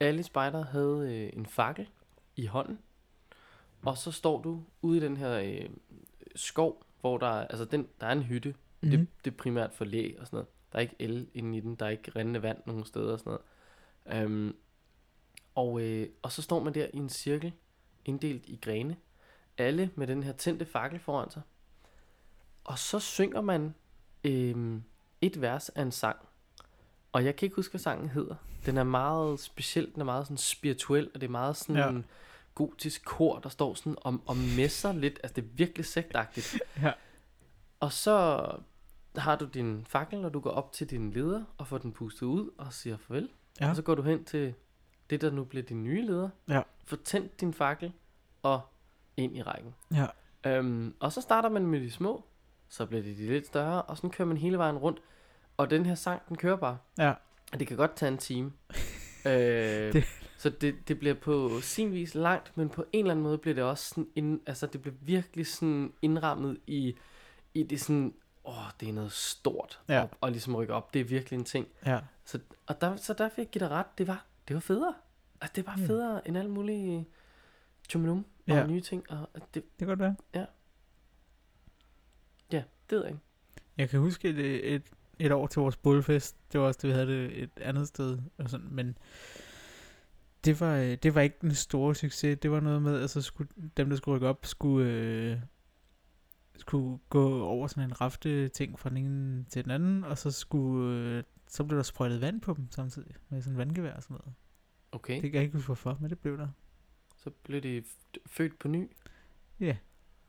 S2: alle spejdere havde øh, en fakkel i hånden, og så står du ude i den her øh, skov, hvor der, er- altså den, der er en hytte, mm.
S3: Mhm.
S2: det, det er primært for læ og sådan noget. Der er ikke el inde i den, der er ikke rindende vand nogen steder og sådan noget. Øhm, og, øh, og så står man der i en cirkel, inddelt i grene, alle med den her tændte fakkel foran sig. Og så synger man øhm, et vers af en sang. Og jeg kan ikke huske, hvad sangen hedder. Den er meget speciel, den er meget sådan spirituel, og det er meget sådan ja.
S3: Ja.
S2: gotisk kor, der står sådan om, om messer lidt. Altså, det er virkelig sektagtigt.
S3: Ja.
S2: Og så har du din fakkel, og du går op til din leder og får den pustet ud og siger farvel.
S3: Ja.
S2: Og så går du hen til det, der nu bliver din nye leder.
S3: Ja.
S2: Får tændt din fakkel og ind i rækken.
S3: ja,
S2: Øhm, og så starter man med de små, så bliver det de lidt større, og sådan kører man hele vejen rundt. Og den her sang, den kører bare.
S3: ja.
S2: Og det kan godt tage en time. øh,
S3: Det-
S2: det. Så det, det bliver på sin vis langt, men på en eller anden måde bliver det også sådan, ind, altså det bliver virkelig sådan indrammet i, i det sådan, åh, det er noget stort,
S3: Ja.
S2: og, og ligesom rykke op, det er virkelig en ting.
S3: ja.
S2: Så, og der, så der fik jeg give dig ret, det var, det var federe. Altså, det var federe end alle mulige tjuminum og
S3: Mm. Ja.
S2: nye ting, og og det,
S3: Det kan godt være.
S2: ja, det ved jeg ikke.
S3: Jeg kan huske et, et, et år til vores bålfest. Det var også det, vi havde det et andet sted. Og sådan, men det var, øh, det var ikke den store succes. Det var noget med, at så skulle, dem, der skulle rykke op, skulle, øh, skulle gå over sådan en rafte ting fra den ene til den anden. Og så, skulle, øh, så blev der sprøjtet vand på dem samtidig med sådan en vandgevær og sådan noget.
S2: Okay,
S3: Det
S2: det...
S3: kan jeg ikke huske, hvorfor, men det blev der.
S2: så blev de f- født på ny.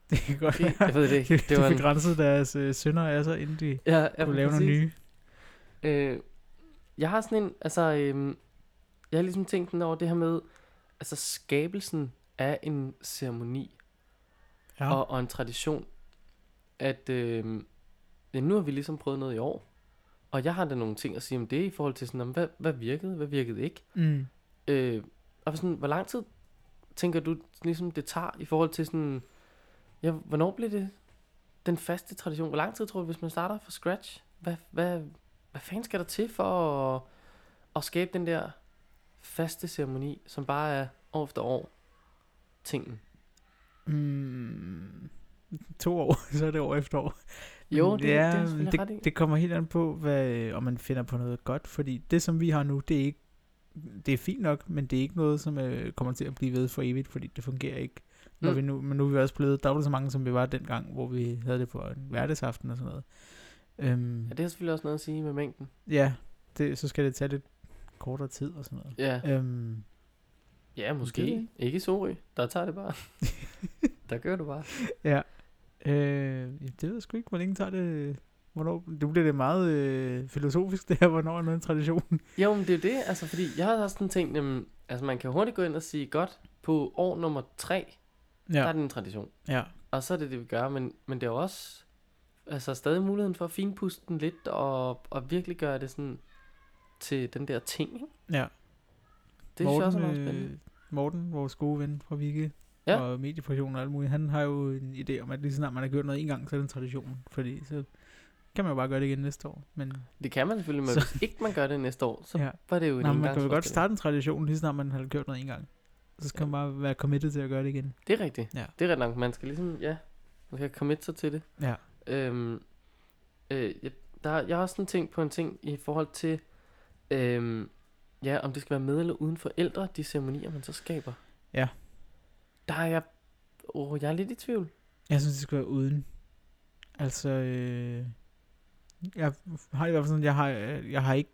S3: Det kan godt
S2: Fint.
S3: være.
S2: Jeg ved det ikke.
S3: Det,
S2: Det
S3: det
S2: var
S3: var
S2: en-
S3: begrænsede deres øh, sønder af sig, inden de
S2: Ja, ja,
S3: kunne lave
S2: præcis.
S3: nogle nye.
S2: Øh, jeg har sådan en, altså, øhm, jeg har ligesom tænkt den over det her med, altså skabelsen af en ceremoni
S3: Ja.
S2: og, og en tradition, at øhm, ja, nu har vi ligesom prøvet noget i år, og jeg har da nogle ting at sige om det i forhold til sådan, om, hvad, hvad virkede, hvad virkede ikke,
S3: Mm.
S2: øh, og sådan, hvor lang tid tænker du ligesom det tager i forhold til sådan, ja, hvornår bliver det den faste tradition? Hvor lang tid tror du, hvis man starter fra scratch? Hvad, hvad, hvad fanden skal der til for at, at skabe den der faste ceremoni, som bare er år efter år tingen?
S3: Mm, to år, så er det år efter år.
S2: Jo,
S3: Men
S2: det, ja, det er selvfølgelig
S3: det,
S2: ret i.
S3: det kommer helt an på, hvad, øh, om man finder på noget godt, fordi det, som vi har nu, det er ikke det er fint nok, men det er ikke noget, som øh, kommer til at blive ved for evigt, fordi det fungerer ikke. Når
S2: Mm.
S3: vi nu, men nu er vi også blevet dobbelt så mange, som vi var dengang, hvor vi havde det på en hverdagsaften og sådan noget. Øhm,
S2: Ja, det har selvfølgelig også noget at sige med mængden.
S3: ja, det, så skal det tage lidt kortere tid og sådan noget.
S2: Ja,
S3: Øhm,
S2: ja
S3: det ved
S2: måske.
S3: jeg
S2: Ikke i Sorø. Der tager det bare. der gør du bare.
S3: Øh, jamen, det ved jeg sgu ikke, hvor længe tager det... Hvornår, nu bliver det meget øh, filosofisk, det her, hvornår er noget en tradition.
S2: Jo, men det er jo det, altså, fordi jeg har også sådan tænkt, jamen, altså man kan hurtigt gå ind og sige, godt, på år nummer tre, ja. der er det en tradition.
S3: ja.
S2: Og så er det det, vi gør, men, men det er jo også altså, stadig muligheden for at finpuste den lidt, og, og virkelig gøre det sådan til den der ting, ikke?
S3: ja.
S2: Det synes jeg også er meget spændende.
S3: øh, Morten, vores gode ven fra Vigge,
S2: Ja.
S3: ja. og medieprofession og alt muligt, han har jo en idé om, at lige så snart man har gjort noget en gang, så er det en tradition, fordi så kan man jo bare gøre det igen næste år. Men
S2: Det kan man selvfølgelig, men
S3: Så-
S2: hvis ikke man gør det næste år, så ja.
S3: ja.
S2: var det jo en
S3: Nå, men man kan jo
S2: engangsforestilling.
S3: godt starte en tradition, lige så snart man har gjort noget en gang. Så skal
S2: Ja.
S3: man bare være committed til at gøre det igen.
S2: Det er rigtigt.
S3: Ja.
S2: Det er rigtigt nok. Man skal ligesom, ja, man skal commit sig til det.
S3: Ja.
S2: Øhm, øh, jeg, der, jeg har også sådan tænkt på en ting i forhold til, øhm, ja, om det skal være med eller uden forældre, de ceremonier, man så skaber.
S3: Ja.
S2: Der er jeg, åh, jeg er lidt i tvivl.
S3: Jeg synes, det skal være uden. Altså, øh, jeg har det i hvert fald sådan, jeg har, jeg har ikke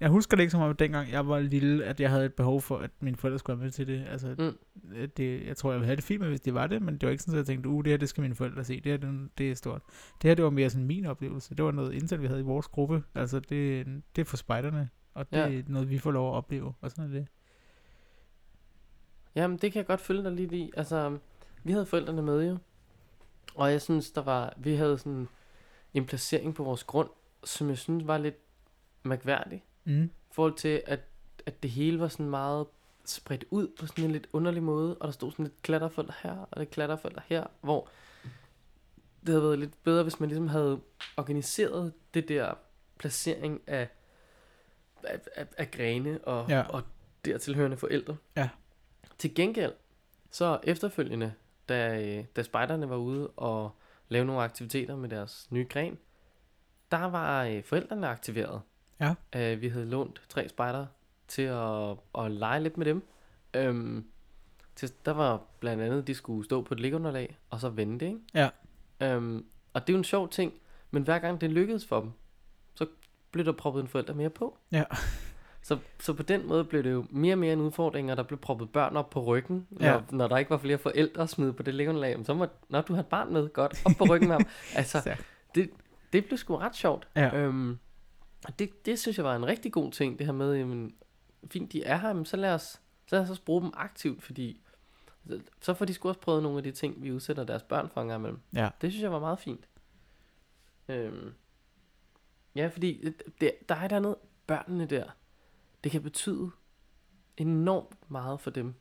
S3: Jeg husker det ikke så meget, dengang jeg var lille, at jeg havde et behov for, at mine forældre skulle være med til det. Altså,
S2: Mm.
S3: øh, det, jeg tror, jeg ville have det fint med, hvis det var det, men det var ikke sådan, at jeg tænkte, uh, det her, det skal mine forældre se, det her, det, det er stort. Det her, det var mere sådan min oplevelse. Det var noget indsat, vi havde i vores gruppe. Altså, det, det er for spejderne, og det
S2: Ja.
S3: er noget, vi får lov at opleve, og sådan er det.
S2: Jamen, det kan jeg godt følge dig lidt i. Altså, vi havde forældrene med jo. Og jeg synes, der var... Vi havde sådan en placering på vores grund, som jeg synes var lidt mærkværdig.
S3: Mm.
S2: I forhold til, at, at det hele var sådan meget spredt ud på sådan en lidt underlig måde. Og der stod sådan lidt klatterfelter her, og lidt klatterfelter her, hvor det havde været lidt bedre, hvis man ligesom havde organiseret det der placering af, af, af, af grene og,
S3: Ja.
S2: ja. og dertilhørende forældre.
S3: Ja.
S2: Til gengæld, så efterfølgende, da, øh, da spejderne var ude og lave nogle aktiviteter med deres nye gren, der var øh, forældrene aktiveret.
S3: Ja.
S2: Øh, vi havde lånt tre spejdere til at, at lege lidt med dem. Øhm, til, der var blandt andet, de skulle stå på et liggeunderlag og så vente, ikke?
S3: Ja.
S2: Øhm, og det er jo en sjov ting, men hver gang det lykkedes for dem, så blev der proppet en forælder mere på.
S3: Ja.
S2: Så, så på den måde blev det jo mere og mere en udfordring, og der blev proppet børn op på ryggen, når,
S3: Ja.
S2: når der ikke var flere forældre at smide på det liggeunderlag. Jamen, Så må, når du har et barn med, godt, op på ryggen med ham. Altså,
S3: Stærkt.
S2: det blev sgu ret sjovt.
S3: Ja.
S2: Øhm, og det, det synes jeg var en rigtig god ting, det her med, jamen, fint, de er her, men så lad os, så lad os også bruge dem aktivt, fordi så får de sgu også prøvet nogle af de ting, vi udsætter deres børn for en gang imellem.
S3: Ja.
S2: Det synes jeg var meget fint. Øhm, ja, fordi det, det- der er et eller andet, børnene der, det kan betyde enormt meget for dem,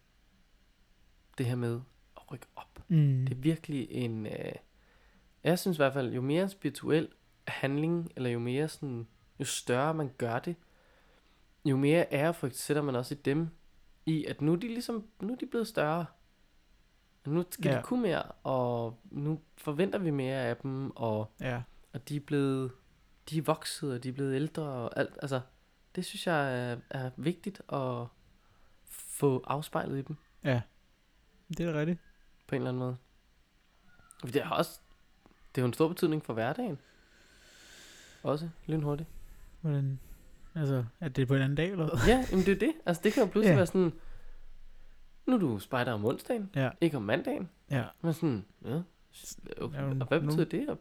S2: det her med at rykke op.
S3: Mm.
S2: Det er virkelig en... Øh, jeg synes i hvert fald, jo mere spirituel handling, eller jo mere sådan, jo større man gør det, jo mere ærefrygt sætter man også i dem, i at nu er de ligesom, nu er de blevet større. Og Nu skal ja.
S3: Ja.
S2: de kunne mere, og nu forventer vi mere af dem, og,
S3: Ja.
S2: og de er blevet, de er vokset, og de er blevet ældre, og alt, altså, det synes jeg er, er vigtigt at få afspejlet i dem.
S3: Det er da rigtigt.
S2: på en eller anden måde. Fordi Det har også, det har jo en stor betydning for hverdagen. Også lynhurtigt.
S3: Hvordan, altså, er det på en anden dag, eller hvad?
S2: Ja, jamen det er det. Altså det kan jo pludselig
S3: Ja.
S2: ja. være sådan, nu er du spejder om onsdagen,
S3: Ja.
S2: ikke om mandagen.
S3: Ja.
S2: Men sådan, ja, s-
S3: Jamen,
S2: okay. og hvad
S3: nu-
S2: betyder det? Og-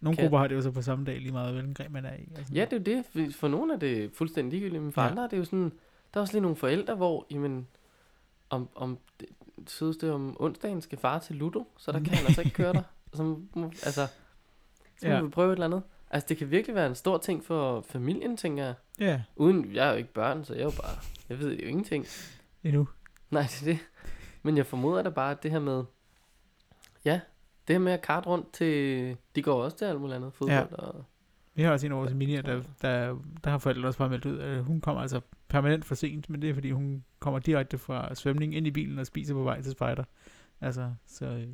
S3: Nogle
S2: Kan-
S3: grupper har det jo så på samme dag lige meget, hvilken gren man er i. Altså,
S2: Ja, det er jo det. For- For nogle er det fuldstændig ligegyldigt, men for
S3: Ja.
S2: ja. andre er det jo sådan, der er også lige nogle forældre, hvor, jamen, om, om det, sødeste om onsdagen skal far til Ludo, så der kan han altså ikke køre dig. Så, må- altså, så må
S3: Ja.
S2: ja. vi prøve et eller andet. Altså, det kan virkelig være en stor ting for familien, tænker jeg.
S3: Ja,
S2: Uden, jeg er jo ikke børn, så jeg er jo bare, jeg ved jo ingenting.
S3: endnu.
S2: Nej, det er det. Men jeg formoder da bare, at det her med, ja, det her med at karte rundt til, de går også til alt muligt andet, fodbold ja. og
S3: Vi har også en af vores minier, der, der, der har forældre også bare meldt ud, at hun kommer altså permanent for sent, men det er fordi, hun kommer direkte fra svømning ind i bilen og spiser på vej til spejder. Altså, så, øh,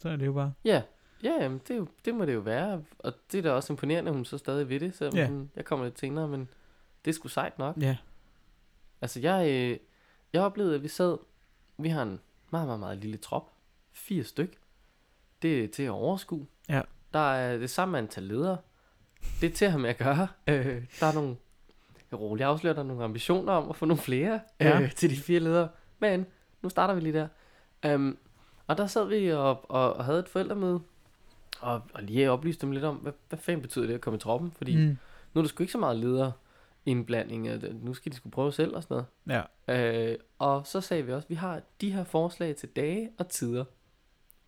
S3: så er det jo bare.
S2: Ja, ja jamen, det, er jo, det må det jo være. Og det er da også imponerende, at hun så stadig ved det, selvom
S3: Ja.
S2: ja. sådan, jeg kommer lidt senere, men det er sgu sejt nok.
S3: Ja.
S2: Altså, jeg, øh, jeg oplevede, at vi sad, vi har en meget, meget, meget lille trop, fire styk. Det er til at overskue.
S3: Ja.
S2: Der er det samme antal ledere. Det er til at have med at gøre. Øh, der er nogle, jeg roligt afslører, der er nogle ambitioner om at få nogle flere
S3: Ja.
S2: ja. øh, til de fire ledere. Men nu starter vi lige der. Um, og der sad vi og, og, og havde et forældremøde, og, og lige oplyste dem lidt om, hvad, hvad fanden betyder det at komme i troppen? Fordi mm.
S3: Mm.
S2: nu er der sgu ikke så meget ledere indblanding, at øh, nu skal de skulle prøve selv og sådan noget.
S3: Ja.
S2: Øh, og så sagde vi også, at vi har de her forslag til dage og tider.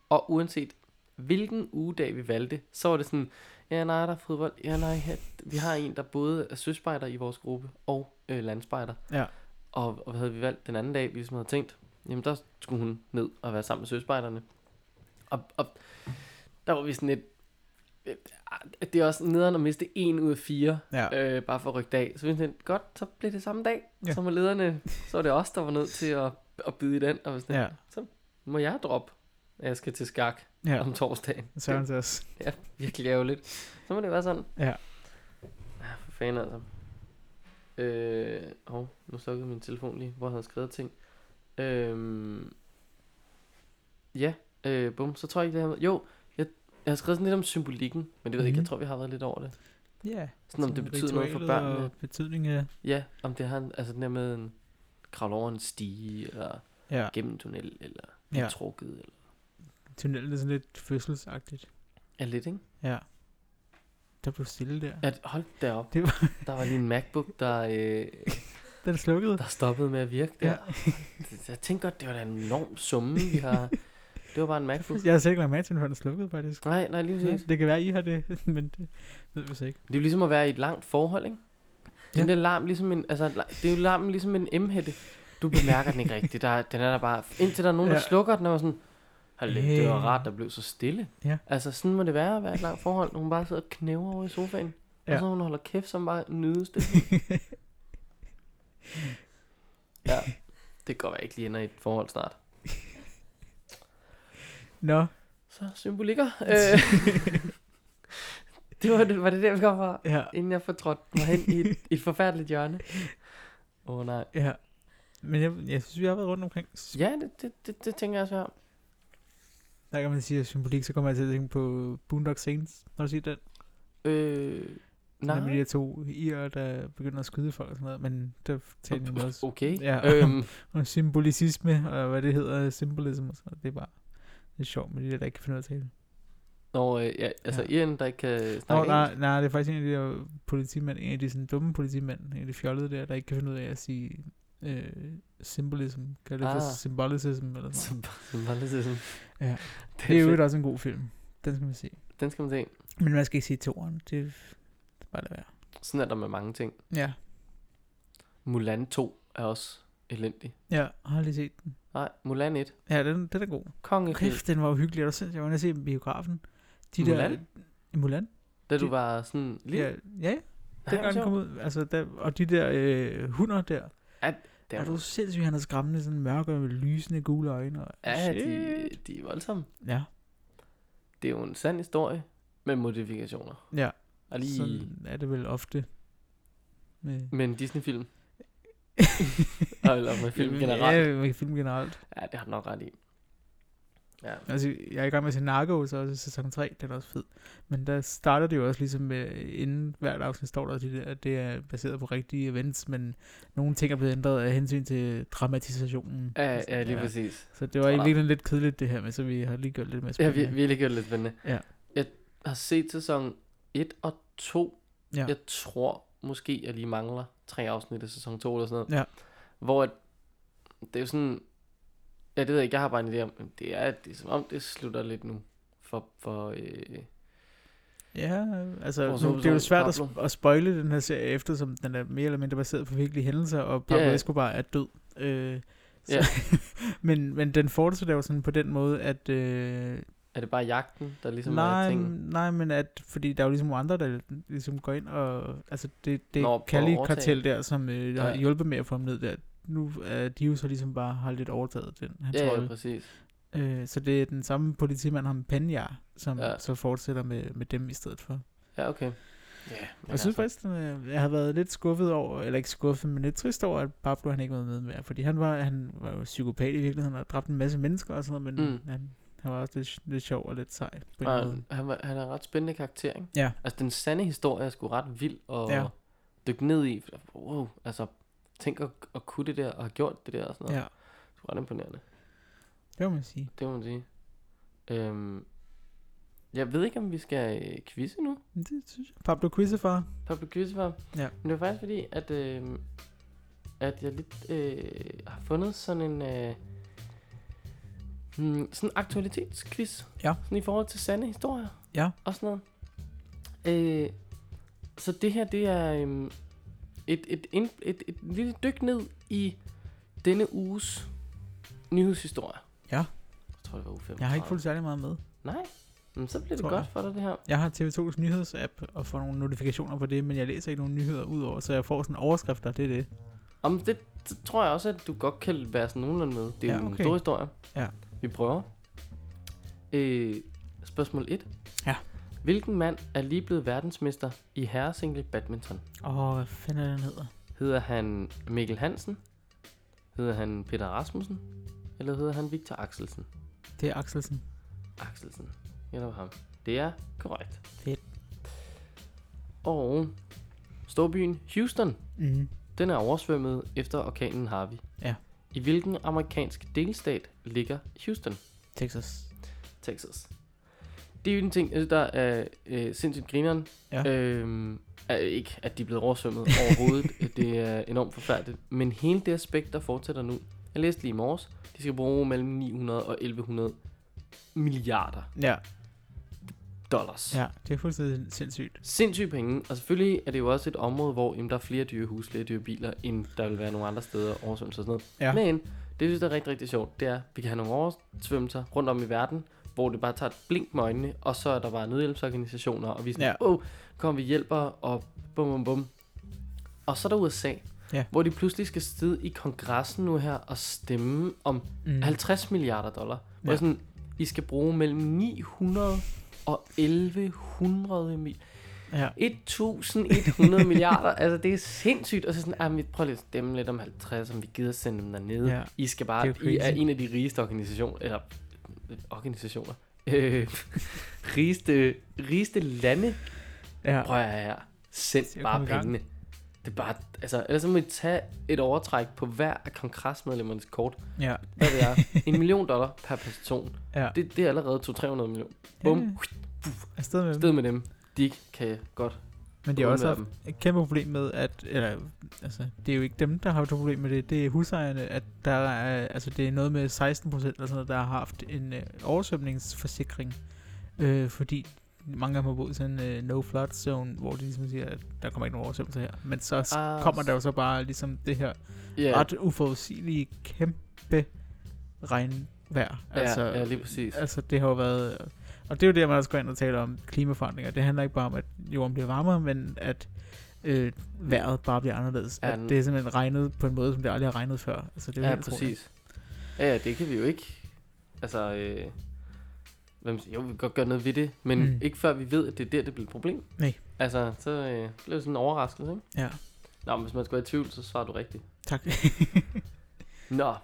S2: Og uanset hvilken ugedag vi valgte, så var det sådan, ja nej, der er fodbold, ja nej, her, vi har en, der både er søspejder i vores gruppe og øh, landspejder.
S3: Ja.
S2: Og, og hvad havde vi valgt den anden dag, vi ligesom havde tænkt, jamen der skulle hun ned og være sammen med søspejderne. Og, og der var vi sådan lidt, øh, ah, det er også nederen at miste en ud af fire,
S3: Ja.
S2: øh, bare for at rykke det af. Så vi tænkte, godt, så blev det samme dag.
S3: Ja.
S2: Ja. Så var lederne, så var det os, der var nødt til at, at byde i den. Og var sådan, ja.
S3: Ja.
S2: må jeg droppe, at jeg skal til skak ja.
S3: Ja.
S2: om torsdagen?
S3: Søren til os.
S2: Det er virkelig ærgerligt. Så må det være sådan.
S3: Ja.
S2: Ah, for fanden altså. Øh, hov, nu slukkede min telefon lige, hvor jeg havde skrevet ting. Øhm, ja, øh, bum, så tror jeg ikke det her med. Jo, jeg, jeg har skrevet sådan lidt om symbolikken, men det ved jeg ikke,
S3: Mhm.
S2: jeg tror vi har været lidt over det.
S3: Ja.
S2: Sådan om det
S3: sådan
S2: betyder noget for
S3: ritualet
S2: børnene.
S3: Og betydning af...
S2: Ja, om det har en, altså den der med en kravle over en stige, eller
S3: Ja,
S2: gennem en tunnel, eller
S3: ja.
S2: ja. trukket, eller
S3: tunnelen er sådan lidt fødselsagtigt.
S2: ja, lidt, ikke?
S3: Ja. Der blev stille der.
S2: At, hold da op.
S3: Det var,
S2: Der var lige en MacBook, der, øh,
S3: den slukkede.
S2: der stoppede med at virke der.
S3: Ja.
S2: Ja. Jeg tænkte godt, det var da en enorm summe, vi har. Det var bare en MacBook.
S3: Jeg har sikkert lagt mærke til, den, før den slukkede, faktisk.
S2: Nej, nej, lige præcis.
S3: Det kan være, I har det, men det ved vi så ikke.
S2: Det er jo ligesom at være i et langt forhold, ikke? Den
S3: Ja.
S2: der larm, ligesom en, altså, la- det er jo larmen ligesom en M-hætte. Du bemærker den ikke rigtigt. Der, er- den er der bare, indtil der er nogen, der
S3: Ja.
S2: slukker den, og er sådan, Hallo, det var
S3: Yeah.
S2: rart, der blev så stille.
S3: Ja.
S2: Altså, sådan må det være at være i et langt forhold. Hun bare sidder og knæver over i sofaen. Ja.
S3: Ja.
S2: Og så når hun holder kæft, som bare nydes det. ja, det kan godt være, jeg ikke lige ender i et forhold snart.
S3: Nå,
S2: Så symbolikker. Øh, det var, det, var det der, vi kom fra.
S3: ja,
S2: Inden jeg fortrådte mig hen i et, et forfærdeligt hjørne. Åh oh, nej.
S3: ja. Men jeg, jeg synes, vi har været rundt omkring. Ja.
S2: Ja, det, det, det, det tænker jeg så.
S3: Der kan man sige symbolik, så kommer jeg til at tænke på Boondock Saints, når du siger den.
S2: Øh, nej.
S3: Nemlig de der to irer, der begynder at skyde folk og sådan noget, men der taler de også
S2: Okay.
S3: Ja.
S2: Øhm,
S3: om symbolicisme, og hvad det hedder, symbolism og sådan noget. Det er bare lidt sjovt med de der, der ikke kan finde ud af at tale.
S2: når, øh, ja, altså
S3: Ja.
S2: ja. Ian, der ikke kan
S3: Nå,
S2: snakke
S3: nej,
S2: engelsk.
S3: nej, det er faktisk en af de der politimænd, en af de sådan dumme politimænd, en af de fjollede der, der ikke kan finde ud af at sige øh, symbolism. Kan det ah. for
S2: Ah.
S3: symbolicism eller sådan
S2: Som,
S3: noget?
S2: som var lidt sådan.
S3: Ja.
S2: Det,
S3: Det er
S2: er
S3: jo
S2: fedt.
S3: også en god film. Den skal man se.
S2: Den skal man se.
S3: Men man skal ikke se toeren. Det er bare det være.
S2: Sådan er der med mange ting.
S3: Ja.
S2: Mulan 2 er også elendig.
S3: Ja, jeg har lige set den.
S2: Nej, Mulan 1.
S3: Ja, den, den er god.
S2: Kongefilm.
S3: Kæft, den var uhyggelig. Jeg var sindssygt, jeg var inde at se den i biografen. De
S2: Mulan?
S3: Der, Mulan?
S2: Da du
S3: det-
S2: var sådan lille.
S3: Ja,
S2: Ja,
S3: ja, ja. Dengang den kom ud. Altså, der, og de der øh, hunder der.
S2: Der,
S3: er
S2: var-
S3: du sindssygt, han er skræmmende sådan mørke med lysende gule øjne. Og,
S2: ja
S3: Shit.
S2: de, de er voldsomme.
S3: Ja.
S2: Det er jo en sand historie med modifikationer.
S3: Ja,
S2: Og lige... Sådan.
S3: sådan er det vel ofte. Med,
S2: Med en Disney-film. Eller med film generelt.
S3: Ja, med film generelt.
S2: Ja, det har du nok ret i. Ja.
S3: Altså, jeg er i gang med at se Narco, så også sæson 3, den er også fed. Men der starter det jo også ligesom med, inden hvert afsnit står der, de der, at det er baseret på rigtige events, men nogle ting er blevet ændret af hensyn til dramatisationen.
S2: Ja,
S3: Altså,
S2: ja, lige præcis.
S3: Så det var
S2: Sådan.
S3: egentlig lidt kedeligt det her med, så vi har lige gjort lidt mere
S2: Ja,
S3: spændende.
S2: vi, vi har lige gjort det lidt spændende.
S3: Ja.
S2: Jeg har set sæson 1 og 2.
S3: Ja.
S2: Jeg tror måske, jeg lige mangler tre afsnit af sæson 2 eller sådan noget.
S3: Ja.
S2: Hvor at, det er jo sådan... Ja, det ved jeg ikke, jeg har bare en idé om, men det er, det er som om, det slutter lidt nu. For, for øh,
S3: Ja, altså
S2: Og så-
S3: nu, det er jo
S2: så-
S3: svært at,
S2: Pablo.
S3: at spoile den her serie, eftersom den er mere eller mindre baseret på virkelige hændelser, og Pablo
S2: Ja,
S3: yeah.
S2: ja.
S3: Escobar er død. Øh, så,
S2: Ja.
S3: men, men den fortsætter jo sådan på den måde, at... Øh,
S2: er det bare jagten, der ligesom er
S3: nej,
S2: ting?
S3: nej, men at... Fordi der er jo ligesom nogle andre, der ligesom går ind og... Altså det, det
S2: Nå,
S3: er
S2: på
S3: Kali-kartel
S2: overtaget.
S3: der, som øh, har
S2: Ja.
S3: hjulpet med at få ham ned der. Nu er de jo så ligesom bare har lidt overtaget den hans
S2: Ja, ja,
S3: rolle.
S2: præcis.
S3: Øh, så det er den samme politimand, ham Penya, som ja.
S2: Ja.
S3: så fortsætter med, med dem i stedet for.
S2: Ja, okay. Ja, men
S3: Jeg synes
S2: altså,
S3: faktisk, den er- jeg har været lidt skuffet over, eller ikke skuffet, men lidt trist over, at Pablo han ikke var med mere. Fordi han var, han var jo psykopat i virkeligheden, og dræbte en masse mennesker og sådan noget, men mm.
S2: Mm.
S3: han, han var også lidt, lidt sjov og lidt sej. På en måde.
S2: han, han, var- han er en ret spændende karakter, ikke?
S3: Ja.
S2: Altså, den sande historie er sgu ret vild at
S3: Ja.
S2: ja. dykke ned i. Wow, altså, tænk at, at kunne det der, og have gjort det der og sådan noget.
S3: ja,
S2: Det er sgu ret imponerende,
S3: det må man sige.
S2: det må man sige. Øhm, jeg ved ikke, om vi skal øh, quizze nu.
S3: Men det synes jeg. Pablo quizzer far.
S2: Public quiz var.
S3: Ja.
S2: Men det var faktisk fordi, at, øh, at jeg lidt øh, har fundet sådan en... Øh, hmm, sådan en aktualitetsquiz.
S3: Ja.
S2: Sådan i forhold til sande historier.
S3: Ja.
S2: Og sådan noget. Øh, så det her, det er øh, et, et, et, et, et lille dyk ned i denne uges nyhedshistorie.
S3: Ja.
S2: Jeg tror, det var uge 35.
S3: Jeg har ikke fulgt særlig meget med.
S2: Nej. Men så bliver det
S3: Tror
S2: godt
S3: jeg.
S2: for dig, det her.
S3: Jeg har TV2's nyhedsapp og får nogle notifikationer på det, men jeg læser ikke nogen nyheder udover, så jeg får sådan overskrifter, det er det.
S2: Om det, det tror jeg også, at du godt kan være sådan nogenlunde med. Det er
S3: Ja,
S2: ja, okay.
S3: okay.
S2: en stor historie.
S3: Ja.
S2: Vi prøver. Øh, spørgsmål 1.
S3: Ja.
S2: Hvilken mand er lige blevet verdensmester i herresingle badminton?
S3: Åh, hvad fanden er den hedder?
S2: Hedder han Mikkel Hansen? Hedder han Peter Rasmussen? Eller hedder han Victor Axelsen?
S3: Det er Axelsen.
S2: Axelsen. Eller ham. Det er korrekt.
S3: Fedt.
S2: Og storbyen Houston,
S3: Mm.
S2: den er oversvømmet efter orkanen Harvey.
S3: Ja.
S2: I hvilken amerikansk delstat ligger Houston?
S3: Texas.
S2: Texas. Det er jo en ting, øh, der er øh, sindssygt grineren.
S3: Ja.
S2: Øhm, er ikke, at de er blevet oversvømmet overhovedet. det er enormt forfærdeligt. Men hele det aspekt, der fortsætter nu. Jeg læste lige i morges. De skal bruge mellem 900 og 1100 milliarder
S3: Ja,
S2: dollars.
S3: ja, det er fuldstændig sindssygt.
S2: Sindssyge penge. Og selvfølgelig er det jo også et område, hvor jamen, der er flere dyre hus, flere dyre biler, end der vil være nogle andre steder oversvømmelser og sådan
S3: Ja.
S2: noget. Men det, jeg synes, der er rigtig, rigtig sjovt, det er, at vi kan have nogle oversvømmelser rundt om i verden, hvor det bare tager et blink med øjnene, og så er der bare nødhjælpsorganisationer, og vi er sådan,
S3: Ja.
S2: åh, oh, kom vi hjælper, og bum, bum, bum. Og så er der USA,
S3: Ja.
S2: hvor de pludselig skal sidde i kongressen nu her og stemme om
S3: Mm.
S2: 50 milliarder dollar. Hvor
S3: Ja.
S2: ja. sådan, I skal bruge mellem 900 og 1100 mil.
S3: Ja.
S2: 1100 milliarder, altså det er sindssygt. Og så sådan, ah, men prøv lige at stemme lidt om 50, om vi gider sende dem dernede.
S3: Ja.
S2: Ja. I skal bare,
S3: Det er jo
S2: I er
S3: crazy.
S2: en af de rigeste organisationer, eller øh, organisationer, øh, rigeste, rigeste lande.
S3: Ja.
S2: Prøv at høre her, send
S3: Til at
S2: bare
S3: komme i gang.
S2: pengene. Det er bare, altså, ellers så må I tage et overtræk på hver af kongresmedlemmernes kort.
S3: ja.
S2: Hvad det er, en million dollar per person.
S3: Ja.
S2: Det, det er allerede 200-300 millioner. Bum,
S3: Ja. Afsted med dem.
S2: sted med dem. De kan godt
S3: Men de har også
S2: undvære
S3: haft et kæmpe problem med, at, eller, altså, det er jo ikke dem, der har haft et problem med det, det er husejerne, at der er, altså, det er noget med 16 procent, eller sådan noget, der har haft en øh, oversvømningsforsikring, øh, fordi mange af dem har boet i sådan en øh, no flood zone, hvor de ligesom siger, at der kommer ikke nogen oversvømmelse her. Men så s-
S2: Ah,
S3: kommer
S2: s-
S3: der jo så bare ligesom det her
S2: Ah, Ja,
S3: ret uforudsigelige, kæmpe regnvejr.
S2: altså, ja, ja, lige præcis.
S3: Altså, det har jo været... Og det er jo det, man også går ind og taler om klimaforandringer. Det handler ikke bare om, at jorden bliver varmere, men at øh, vejret bare bliver anderledes.
S2: Ja,
S3: At
S2: den-
S3: det er simpelthen regnet på en måde, som det aldrig har regnet før. Altså, det er jo
S2: Ja,
S3: helt utroligt.
S2: præcis. Ja, ja, det kan vi jo ikke. Altså, øh, hvem, siger- jo, vi kan godt gøre noget ved det, men
S3: Mm.
S2: mm. ikke før vi ved, at det er der, det bliver et problem.
S3: Nej.
S2: Altså, så øh, blev det sådan en overraskelse, ikke?
S3: Ja,
S2: Nå, men hvis man skulle være i tvivl, så svarer du rigtigt.
S3: tak.
S2: Nå,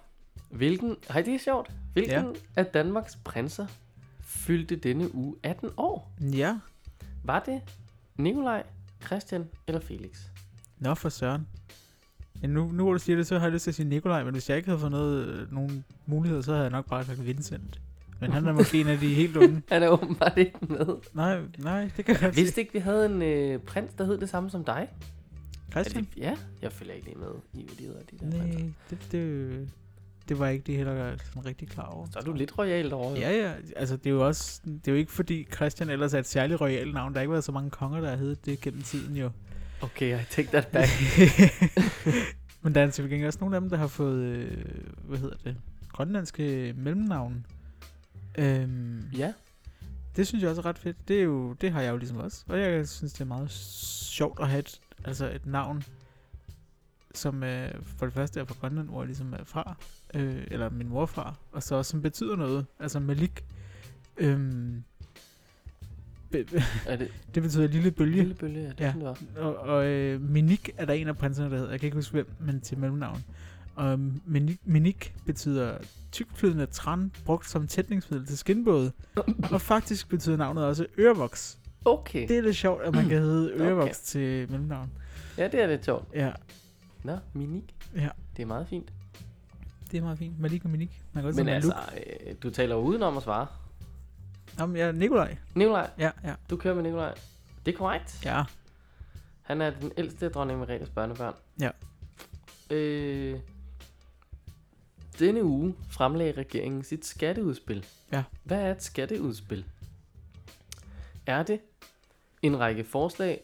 S2: hvilken... Hej, det er sjovt. Hvilken ja. af Danmarks prinser fyldte denne uge 18 år?
S3: ja,
S2: Var det Nikolaj, Christian eller Felix?
S3: nå for søren. Ja, nu, nu hvor du siger det, så har jeg lyst til at sige Nikolaj, men hvis jeg ikke havde fået noget, øh, nogen muligheder, så havde jeg nok bare sagt Vincent. Men han er måske en af de helt unge.
S2: Han er åbenbart ikke med.
S3: Nej, nej, det kan jeg
S2: Jeg
S3: godt
S2: vidste
S3: sige.
S2: ikke, vi havde en øh, prins, der hed det samme som dig. Er
S3: Christian?
S2: det, ja, jeg følger ikke lige med i, hvad de hedder, de der prinser.
S3: Nej, det, det, det var ikke det heller sådan rigtig klar over.
S2: Så er du lidt royal derovre.
S3: Ja, ja. Altså, det er jo også... Det er jo ikke, fordi Christian ellers er et særligt royalt navn. Der har ikke været så mange konger, der har heddet det gennem tiden, jo.
S2: Okay, I take that back.
S3: Men der er til gengæld også nogle af dem, der har fået... Øh, hvad hedder det? Grønlandske mellemnavn. Øhm,
S2: ja,
S3: det synes jeg også er ret fedt. Det, er jo, det har jeg jo ligesom også. Og jeg synes, det er meget sjovt at have et, altså et navn, som øh, for det første er fra Grønland, hvor jeg ligesom er fra, øh, eller min mor er fra, og så også som betyder noget. Altså Malik, øhm, be-
S2: er det
S3: det betyder lille bølge.
S2: lille bølge? Ja, det
S3: Ja.
S2: ja. Sådan, det var.
S3: Og, og øh, Minik er der en af prinserne, der hedder. Jeg kan ikke huske hvem, men til mellemnavn. Og Minik, Minik betyder tykflydende tran, brugt som tætningsmiddel til skinbåde. og faktisk betyder navnet også ørevoks.
S2: Okay,
S3: Det er lidt sjovt, at man kan hedde
S2: Okay.
S3: ørevoks til mellemnavn.
S2: ja, det er lidt sjovt.
S3: Ja,
S2: Nå, Minik.
S3: Ja.
S2: Det er meget fint.
S3: det er meget fint. Malik og Minik. Man kan også
S2: Men
S3: sige Maluk.
S2: altså, øh, du taler jo udenom at svare.
S3: Jamen, ja, Nikolaj.
S2: Nikolaj,
S3: Ja, ja.
S2: du kører med Nikolaj. Det er korrekt.
S3: Ja,
S2: Han er den ældste af dronning Margrethes børnebørn.
S3: Ja.
S2: Øh, denne uge fremlagde regeringen sit skatteudspil.
S3: Ja.
S2: Hvad er et skatteudspil? Er det en række forslag...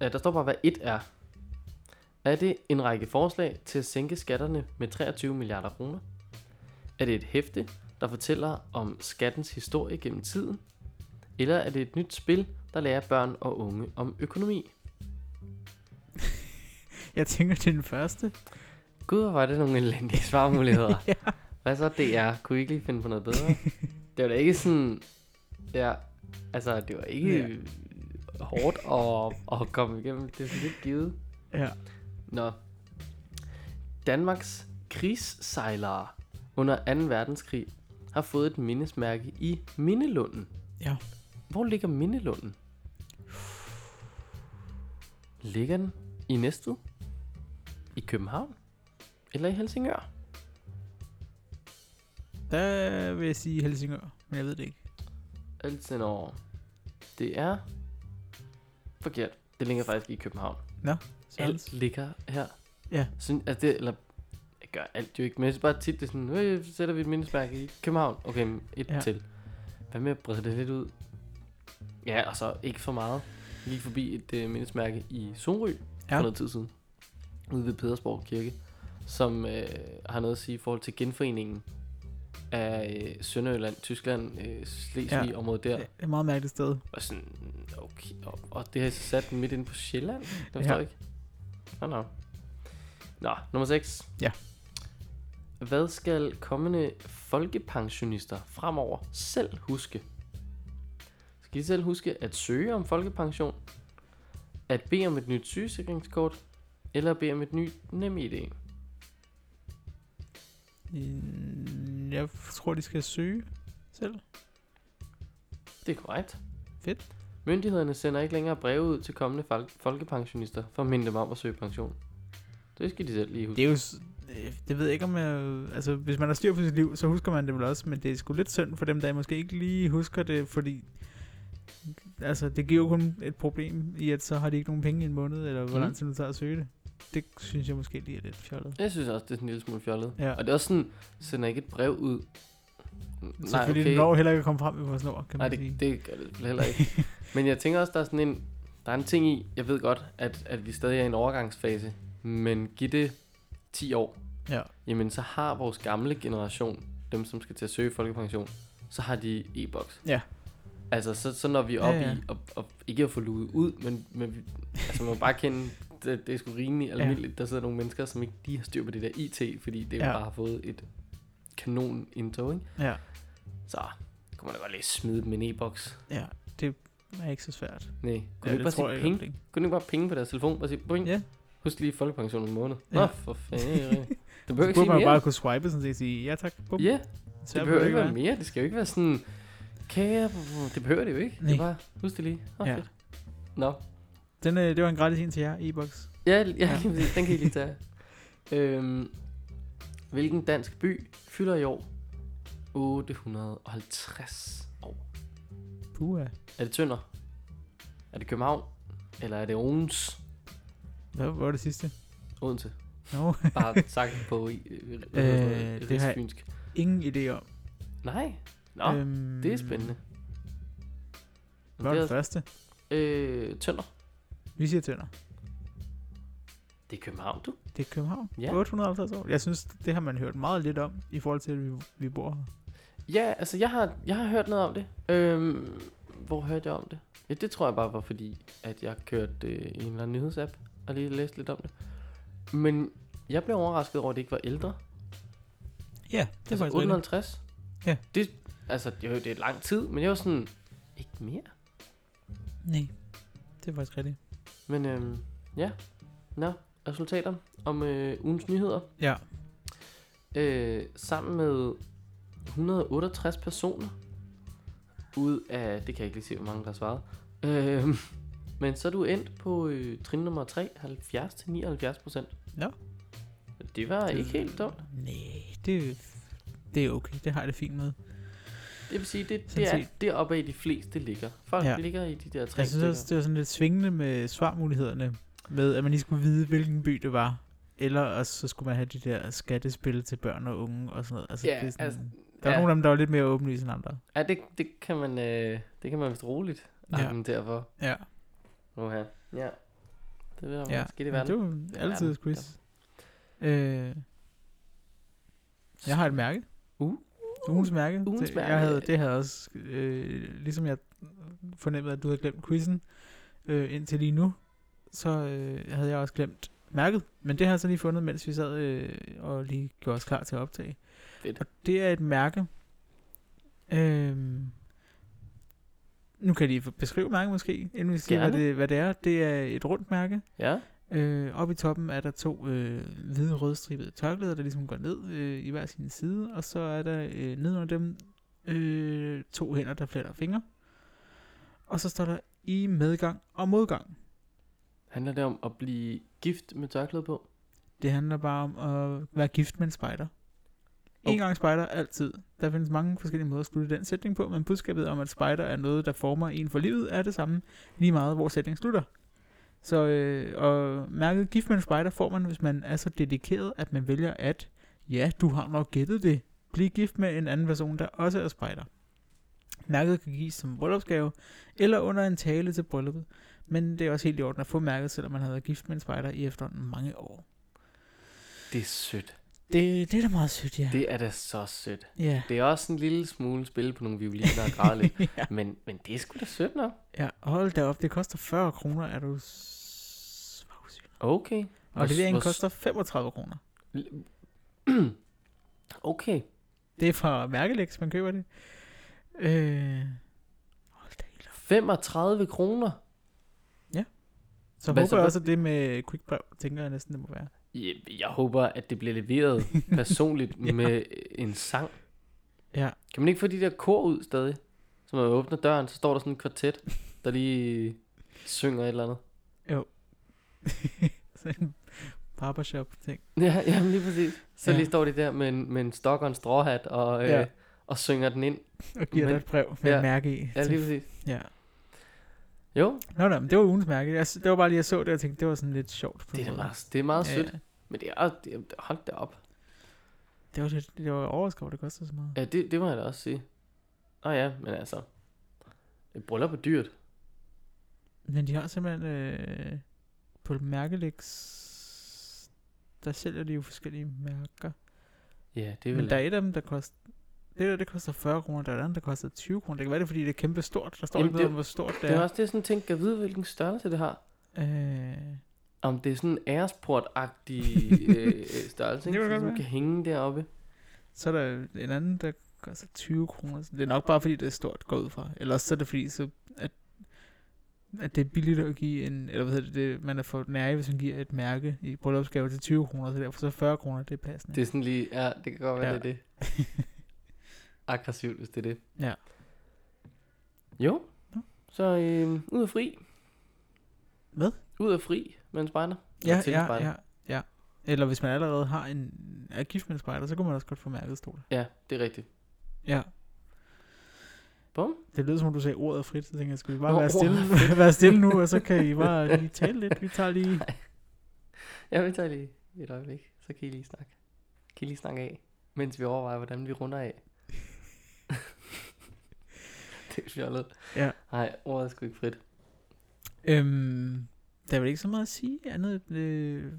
S2: Ja, der står bare, hvad et er. Er det en række forslag til at sænke skatterne med 23 milliarder kroner? Er det et hæfte, der fortæller om skattens historie gennem tiden? Eller er det et nyt spil, der lærer børn og unge om økonomi?
S3: jeg tænker, det er den første.
S2: Gud, hvor var det nogle elendige svarmuligheder. ja. Hvad så DR? Kunne I ikke lige finde på noget bedre? det var da ikke sådan... Ja, altså, det var ikke
S3: Ja.
S2: hårdt at, at komme igennem. Det er sådan lidt givet.
S3: Ja.
S2: Nå. Danmarks krigssejlere under 2. verdenskrig har fået et mindesmærke i Mindelunden.
S3: Ja.
S2: Hvor ligger Mindelunden? Ligger den i Næstved? I København? Eller i Helsingør?
S3: Der vil jeg sige Helsingør, men jeg ved det ikke.
S2: Altid over. Det er forkert. Det ligger faktisk i København.
S3: Så altså-
S2: Alt ligger her.
S3: Ja.
S2: Sådan, altså det, eller, jeg gør alt jo ikke, men jeg synes bare tit, det er sådan, øh, så sætter vi et mindesmærke i København. Okay, men et
S3: Ja.
S2: ja. til. Hvad med at brede det lidt ud? Ja, og så ikke for meget. Vi gik forbi et øh, mindesmærke i Sorø
S3: Ja.
S2: for noget tid siden. Ude ved Pedersborg Kirke. Som øh, har noget at sige i forhold til genforeningen af øh, Sønderjylland, Tyskland, øh, Slesvig
S3: Ja.
S2: ja. området der.
S3: Det er et meget mærkeligt sted.
S2: Og sådan, okay, og, og det har jeg så sat midt inde på Sjælland. Det
S3: Ja.
S2: forstår ja. ikke. Nå, nå. Nå, nummer 6.
S3: Ja.
S2: Hvad skal kommende folkepensionister fremover selv huske? Skal de selv huske at søge om folkepension? At bede om et nyt sygesikringskort? Eller at bede om et nyt NemID?
S3: Mm, Jeg tror, de skal søge selv.
S2: Det er korrekt.
S3: Fedt.
S2: Myndighederne sender ikke længere breve ud til kommende fol- folkepensionister for at minde dem om at søge pension. Det skal de selv lige huske.
S3: Det er jo... s- øh, Det ved jeg ikke, om jeg... Altså, hvis man har styr på sit liv, så husker man det vel også, men det er sgu lidt synd for dem, der måske ikke lige husker det, fordi... Altså, det giver jo kun et problem i, at så har de ikke nogen penge i en måned, eller hvor
S2: Mhm.
S3: lang tid det tager at søge det. Det synes jeg måske lige er lidt fjollet.
S2: Jeg synes også, det er sådan en lille smule fjollet.
S3: Ja.
S2: Og det er også sådan, sender ikke et brev ud. N- Nej,
S3: Selvfølgelig
S2: okay.
S3: når heller ikke at komme frem i vores nord, kan man
S2: Nej,
S3: sige.
S2: det, det gør det heller ikke. Men jeg tænker også, der er sådan en, der er en ting i, jeg ved godt, at, at vi stadig er i en overgangsfase, men giv det 10 år,
S3: Ja.
S2: jamen så har vores gamle generation, dem som skal til at søge folkepension, så har de e-boks.
S3: Ja.
S2: Altså, så, så når vi
S3: Ja,
S2: op
S3: ja.
S2: i, og, og, ikke at få luet ud, men, men vi, altså, man må bare kende, det, det er sgu rimelig almindeligt, ja. der sidder nogle mennesker, som ikke lige har styr på det der IT, fordi det
S3: Ja.
S2: ja. bare har fået et kanon indtog, ikke?
S3: Ja,
S2: Så kunne man da godt lige smide dem en e-boks.
S3: ja. Det er ikke så svært.
S2: Nej, kunne ja,
S3: ja,
S2: ikke bare sige
S3: godt,
S2: penge?
S3: ikke?
S2: Kunne du ikke bare penge på deres telefon? Bare sige, boing,
S3: Ja.
S2: ja. husk lige folkepension om en måned. Ja.
S3: Ja.
S2: Nå, for fanden. det behøver
S3: Så
S2: ikke
S3: burde
S2: sige
S3: man jo
S2: mere.
S3: bare kunne swipe sådan set og sige, ja tak, bum.
S2: Ja,
S3: Så
S2: det
S3: er
S2: behøver
S3: det
S2: ikke være mere. Det skal jo ikke være sådan, kære, det behøver det jo ikke. Det
S3: Nej.
S2: er bare, husk det lige. Nå,
S3: Ja.
S2: ja. fedt. Nå,
S3: Den, øh, det var en gratis en til jer, e-boks.
S2: ja, ja, ja. den kan I lige tage. øhm, hvilken dansk by fylder i år 850 år?
S3: Pua.
S2: Er det Tønder? Er det København? Eller er det Odense?
S3: Hvad var det sidste?
S2: Odense.
S3: Nå,
S2: Bare sagt på øh, øh,
S3: det har jeg-
S2: rigsfynsk.
S3: ingen idé om.
S2: Nej. Nå, øh,
S3: øhm,
S2: det er spændende.
S3: Hvad var
S2: Det
S3: det første?
S2: er- øh, Tønder.
S3: Vi siger Tønder.
S2: Det er København, du.
S3: Det er København.
S2: Ja.
S3: 850 år. Jeg synes, det har man hørt meget lidt om, i forhold til, at vi, vi bor her.
S2: Ja, altså jeg har, jeg har hørt noget om det. Øhm, hvor hørte jeg om det? Ja, det tror jeg bare var fordi, at jeg kørte øh, en eller anden nyhedsapp og lige læste lidt om det. Men jeg blev overrasket over, at det ikke var ældre.
S3: Ja,
S2: Det altså 58.
S3: Ja.
S2: Det, altså, det, er jo- det er lang tid, men jeg var sådan, ikke mere.
S3: Nej, det er faktisk rigtigt.
S2: Men øhm, ja, nå, resultater om øh, ugens nyheder.
S3: Ja,
S2: øh, sammen med 168 personer ud af, det kan jeg ikke lige se, hvor mange der har svaret. Øh, men så er du endt på øh, trin nummer 3, 70 til 79 procent.
S3: Ja.
S2: Det var
S3: Det-
S2: ikke helt dumt.
S3: nej, det, det er okay. Det har jeg det fint med.
S2: Det vil sige, det,
S3: Sådan
S2: det er
S3: set.
S2: deroppe af de fleste ligger. Folk
S3: Ja.
S2: ja. ligger i de der tre
S3: Jeg synes også, det var sådan lidt svingende med svarmulighederne, med at man lige skulle vide, hvilken by det var. Eller også, så skulle man have de der skattespil til børn og unge og sådan noget. Altså,
S2: Ja,
S3: det er sådan,
S2: altså,
S3: der var
S2: ja.
S3: nogle af dem, der var lidt mere åbenlyse end andre.
S2: Ja, det, det kan man, øh, det kan man vist roligt
S3: Ja.
S2: argumentere ja. for.
S3: Ja,
S2: Uha. Ja. Det ved jeg,
S3: ja.
S2: ja. skidt i
S3: Men
S2: verden.
S3: det var jo altid
S2: verden,
S3: et quiz. Øh, jeg har et mærke.
S2: Uh.
S3: Ugens mærke.
S2: Ugens
S3: det,
S2: mærke.
S3: Jeg havde, det havde jeg også, øh, ligesom jeg fornemmede, at du havde glemt quizzen øh, indtil lige nu, så øh, havde jeg også glemt mærket. Men det har jeg så lige fundet, mens vi sad øh, og lige gjorde os klar til at optage.
S2: Fedt.
S3: Og det er et mærke. Øh, nu kan jeg lige beskrive mærket måske, inden vi siger, hvad
S2: Gerne.
S3: det, hvad det er. Det er et rundt mærke.
S2: Ja.
S3: Øh, oppe i toppen er der to øh, hvide rødstribede tørklæder, der ligesom går ned øh, i hver sin side, og så er der øh, nedenunder dem øh, to hænder, der fletter fingre. Og så står der i medgang og modgang.
S2: Handler det om at blive gift med tørklæde på?
S3: Det handler bare om at være gift med en spejder. En gang spejder, altid. Der findes mange forskellige måder at slutte den sætning på, men budskabet om, at spejder er noget, der former en for livet, er det samme lige meget, hvor sætningen slutter. Så øh, og mærket gift med en spejder får man, hvis man er så dedikeret, at man vælger at, ja, du har nok gættet det, blive gift med en anden person, der også er spejder. Mærket kan gives som bryllupsgave, eller under en tale til brylluppet, men det er også helt i orden at få mærket, selvom man har været gift med en spejder i efterhånden mange år.
S2: Det er sødt.
S3: Det, det er da meget sødt, ja.
S2: Det er da så sødt.
S3: ja.
S2: Det er også en lille smule spil på nogle violiner og græde lidt.
S3: ja.
S2: Men, men det er sgu da sødt nok.
S3: Ja, hold da op, det koster 40 kroner, er du s- svagsyg.
S2: Okay. Hvor-
S3: Og leveringen
S2: hvor-
S3: koster 35 kroner.
S2: Okay.
S3: Det er fra Mærkelex, man køber det. Øh, hold da helt op.
S2: 35 kroner.
S3: Så
S2: Hvad
S3: håber
S2: så?
S3: jeg også, at det med quickbrev, tænker jeg næsten, det må være.
S2: Jeg, jeg håber, at det bliver leveret personligt ja. med øh, en sang.
S3: Ja,
S2: Kan man ikke få de der kor ud stadig? Så når man åbner døren, så står der sådan en kvartet, der lige øh, synger et eller andet.
S3: sådan en barbershop-ting.
S2: Ja, jamen lige præcis. Så
S3: Ja.
S2: ja. lige står de der med en, med en stok og en stråhat og, øh,
S3: Ja.
S2: ja. og synger den ind.
S3: Og giver
S2: Men-
S3: dig et brev med
S2: ja.
S3: ja. mærke i.
S2: Ja,
S3: til-
S2: lige præcis.
S3: ja.
S2: Jo,
S3: Nå, nå, men det var ugens mærke. Jeg, s- det var bare lige, jeg så det, og tænkte, det var sådan lidt sjovt. På
S2: det er, da
S3: en måde.
S2: meget, det er meget
S3: Ja,
S2: sødt.
S3: Ja,
S2: Men det er, det er- hold da op.
S3: det var, lidt, det var overrasket, over, det kostede så meget.
S2: Ja, det, det må jeg da også sige. Nå ja, men altså. Et bryllup er dyrt.
S3: Men de har simpelthen øh, på Mærkelix, der sælger de jo forskellige mærker.
S2: Ja, det er vel...
S3: Men der er et af dem, der koster... Det der, det koster 40 kroner, der er et andet, der koster 20 kroner. Det kan være, det er, fordi det er kæmpe stort. Der står
S2: Jamen,
S3: ikke noget
S2: det-
S3: om, hvor stort det
S2: det er
S3: er.
S2: også det, sådan tænker, jeg vide, hvilken størrelse det har.
S3: Øh,
S2: Om det er sådan en æresport-agtig øh, størrelse,
S3: Det
S2: ikke?
S3: kunne godt
S2: Som
S3: være.
S2: kan hænge deroppe.
S3: så er der en anden, der koster 20 kroner. Så Det er nok bare, fordi det er stort går ud fra. Eller også så er det, fordi så, at, at det er billigt at give en... Eller hvad hedder det, det man er for nære, hvis man giver et mærke i bryllupsgave til 20 kroner. Så derfor så er 40 kroner, det er passende.
S2: Det er sådan lige, ja, det kan godt være,
S3: Ja.
S2: ja. det er det. Aggressivt, hvis det er det.
S3: Ja.
S2: Jo. Så øh, ud af fri.
S3: Hvad?
S2: Ud af fri med en spejder.
S3: Ja,
S2: Og til en
S3: ja,
S2: spejder.
S3: ja, ja. Eller hvis man allerede har en er gift med en spejder, så kunne man også godt få mærket stol.
S2: Ja, det er rigtigt.
S3: Ja.
S2: Bum.
S3: Det lød som om du sagde ordet er frit, så tænkte jeg, skal vi bare
S2: Nå,
S3: være stille,
S2: ordet er frit.
S3: være stille nu, og så kan I bare lige tale lidt. Vi tager lige...
S2: Ja, vi tager lige et øjeblik. Så kan I lige snakke. Kan I lige snakke af, mens vi overvejer, hvordan vi runder af. det er fjollet.
S3: Ja.
S2: Nej, ordet er sgu ikke frit.
S3: Øhm, der er vel ikke så meget at sige andet. Øh,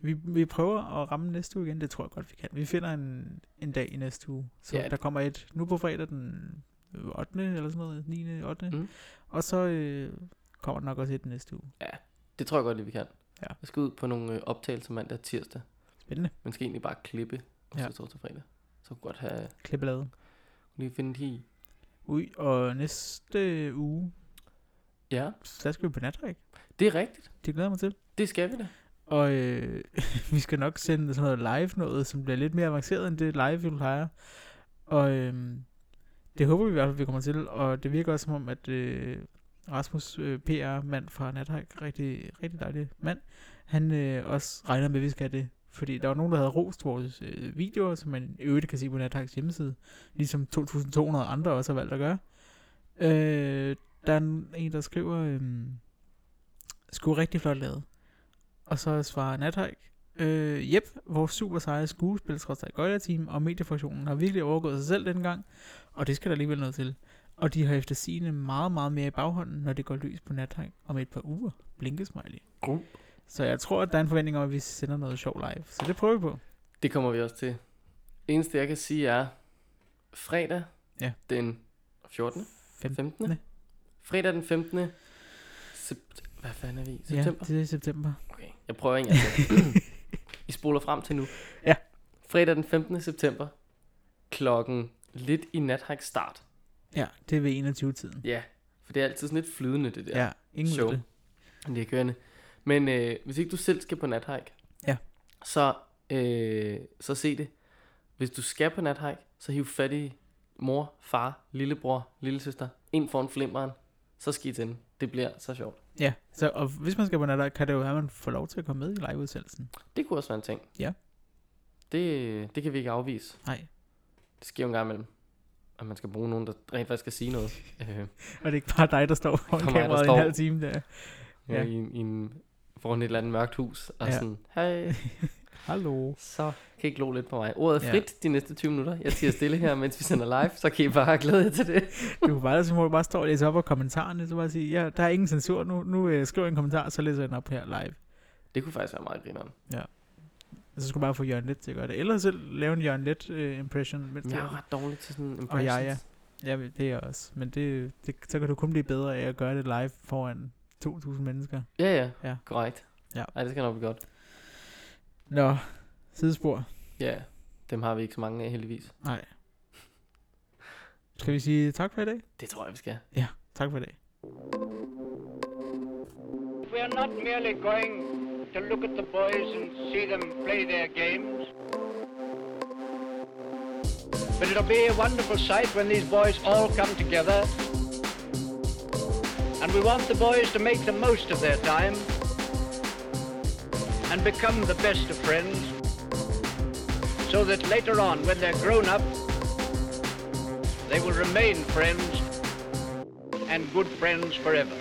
S3: vi, vi prøver at ramme næste uge igen, det tror jeg godt, vi kan. Vi finder en, en dag i næste uge. Så
S2: Ja.
S3: ja. der kommer et nu på fredag den 8. eller sådan noget, 9. 8. Mm.
S2: Mm.
S3: Og så øh, kommer der nok også et næste uge.
S2: Det tror jeg godt, at vi kan.
S3: Ja.
S2: Jeg skal ud på nogle øh, optagelser mandag og tirsdag.
S3: Spændende.
S2: Man skal egentlig bare klippe, og så
S3: Ja.
S2: ja. til fredag. Så kunne godt have
S3: Klippelade.
S2: lige finde de.
S3: Ui, og næste uge,
S2: Ja,
S3: der skal vi på natræk.
S2: det er rigtigt.
S3: Det glæder jeg mig til.
S2: Det skal vi da.
S3: Og øh, vi skal nok sende sådan noget live noget, som bliver lidt mere avanceret end det live, vi plejer. Og øh, det håber vi i hvert fald, vi kommer til. Og det virker også som om, at øh, Rasmus, øh, PR-mand fra Nathajk, rigtig, rigtig dejlig mand, han øh, også regner med, at vi skal det. Fordi der var nogen, der havde rost vores øh, videoer, som man i øvrigt kan se på Nathajks hjemmeside. Ligesom 2.200 andre også har valgt at gøre. Øh, der er en, der skriver, øh, sgu rigtig flot lavet. Og så svarer Nathajk, øh, jep, vores super seje skuespil, trods team og mediefunktionen har virkelig overgået sig selv dengang, og det skal der alligevel noget til. Og de har efter sigende meget, meget mere i baghånden, når det går løs på Nathajk om et par uger. Blinkesmiley.
S2: Grum.
S3: Så jeg tror, at der er en forventning om, at vi sender noget sjov live. Så det prøver vi på.
S2: Det kommer vi også til. Eneste jeg kan sige er, fredag
S3: Ja.
S2: den 14.
S3: 15.
S2: 15. Fredag den 15. Sept- Hvad fanden er vi? i?
S3: Ja,
S2: September?
S3: det er september.
S2: Okay, jeg prøver ikke altså. I spoler frem til nu.
S3: Ja.
S2: Fredag den 15. september, klokken lidt i nathak start.
S3: Ja, det er ved 21-tiden.
S2: Ja, for det er altid sådan lidt flydende det der.
S3: Ja, ingen
S2: Show.
S3: ved det.
S2: Det er kørende. Men øh, hvis ikke du selv skal på nathike,
S3: Ja.
S2: så, øh, så se det. Hvis du skal på nathike, så hiv fat i mor, far, lillebror, lillesøster, ind foran flimmeren, så skal I til den. Det bliver så sjovt.
S3: Ja, så, og hvis man skal på natterdag, kan det jo være, at man får lov til at komme med i liveudsendelsen.
S2: Det kunne også være en ting.
S3: Ja.
S2: Det, det kan vi ikke afvise.
S3: Nej,
S2: Det sker jo en gang imellem, at man skal bruge nogen, der rent faktisk skal sige noget. Øh,
S3: og det er ikke bare dig, der står foran
S2: Bare mig, der
S3: kameraet i
S2: står.
S3: en halv time der. Ja.
S2: ja. i, en- i en, foran et eller andet mørkt hus, og
S3: Ja.
S2: ja. sådan, hej,
S3: Hallo.
S2: så kan I ikke lo lidt på mig. Ordet
S3: Ja.
S2: er frit de næste 20 minutter. Jeg tiger stille her, mens vi sender live, så kan I bare glæde jer til det.
S3: Du kan bare, så må du bare stå og læse op af kommentarerne, så bare sige, ja, der er ingen censur nu, nu øh, skriver jeg en kommentar, så læser jeg den op her live.
S2: Det kunne faktisk være meget grineren.
S3: Og så skal du bare få Jørgen Let til at gøre det. Eller selv lave en Jørgen Let øh, impression. Mens
S2: Men jeg
S3: du-
S2: er ret dårlig til sådan impressions.
S3: Og jeg, ja. Ja, men det er jeg også. Men det, det, så kan du kun blive bedre af at gøre det live foran 2.000 mennesker.
S2: Ja, ja.
S3: Ja.
S2: ja. Korrekt.
S3: Ja.
S2: Ej, det skal nok blive godt.
S3: Nå, sidespor.
S2: Ja, dem har vi ikke så mange af heldigvis.
S3: Nej. Skal vi sige tak for i dag?
S2: Det tror jeg, vi skal.
S3: Ja, tak for i dag.
S1: We are not merely going to look at the boys and see them play their games. But it'll be a wonderful sight when these boys all come together. And we want the boys to make the most of their time and become the best of friends so that later on when they're grown up, they will remain friends and good friends forever.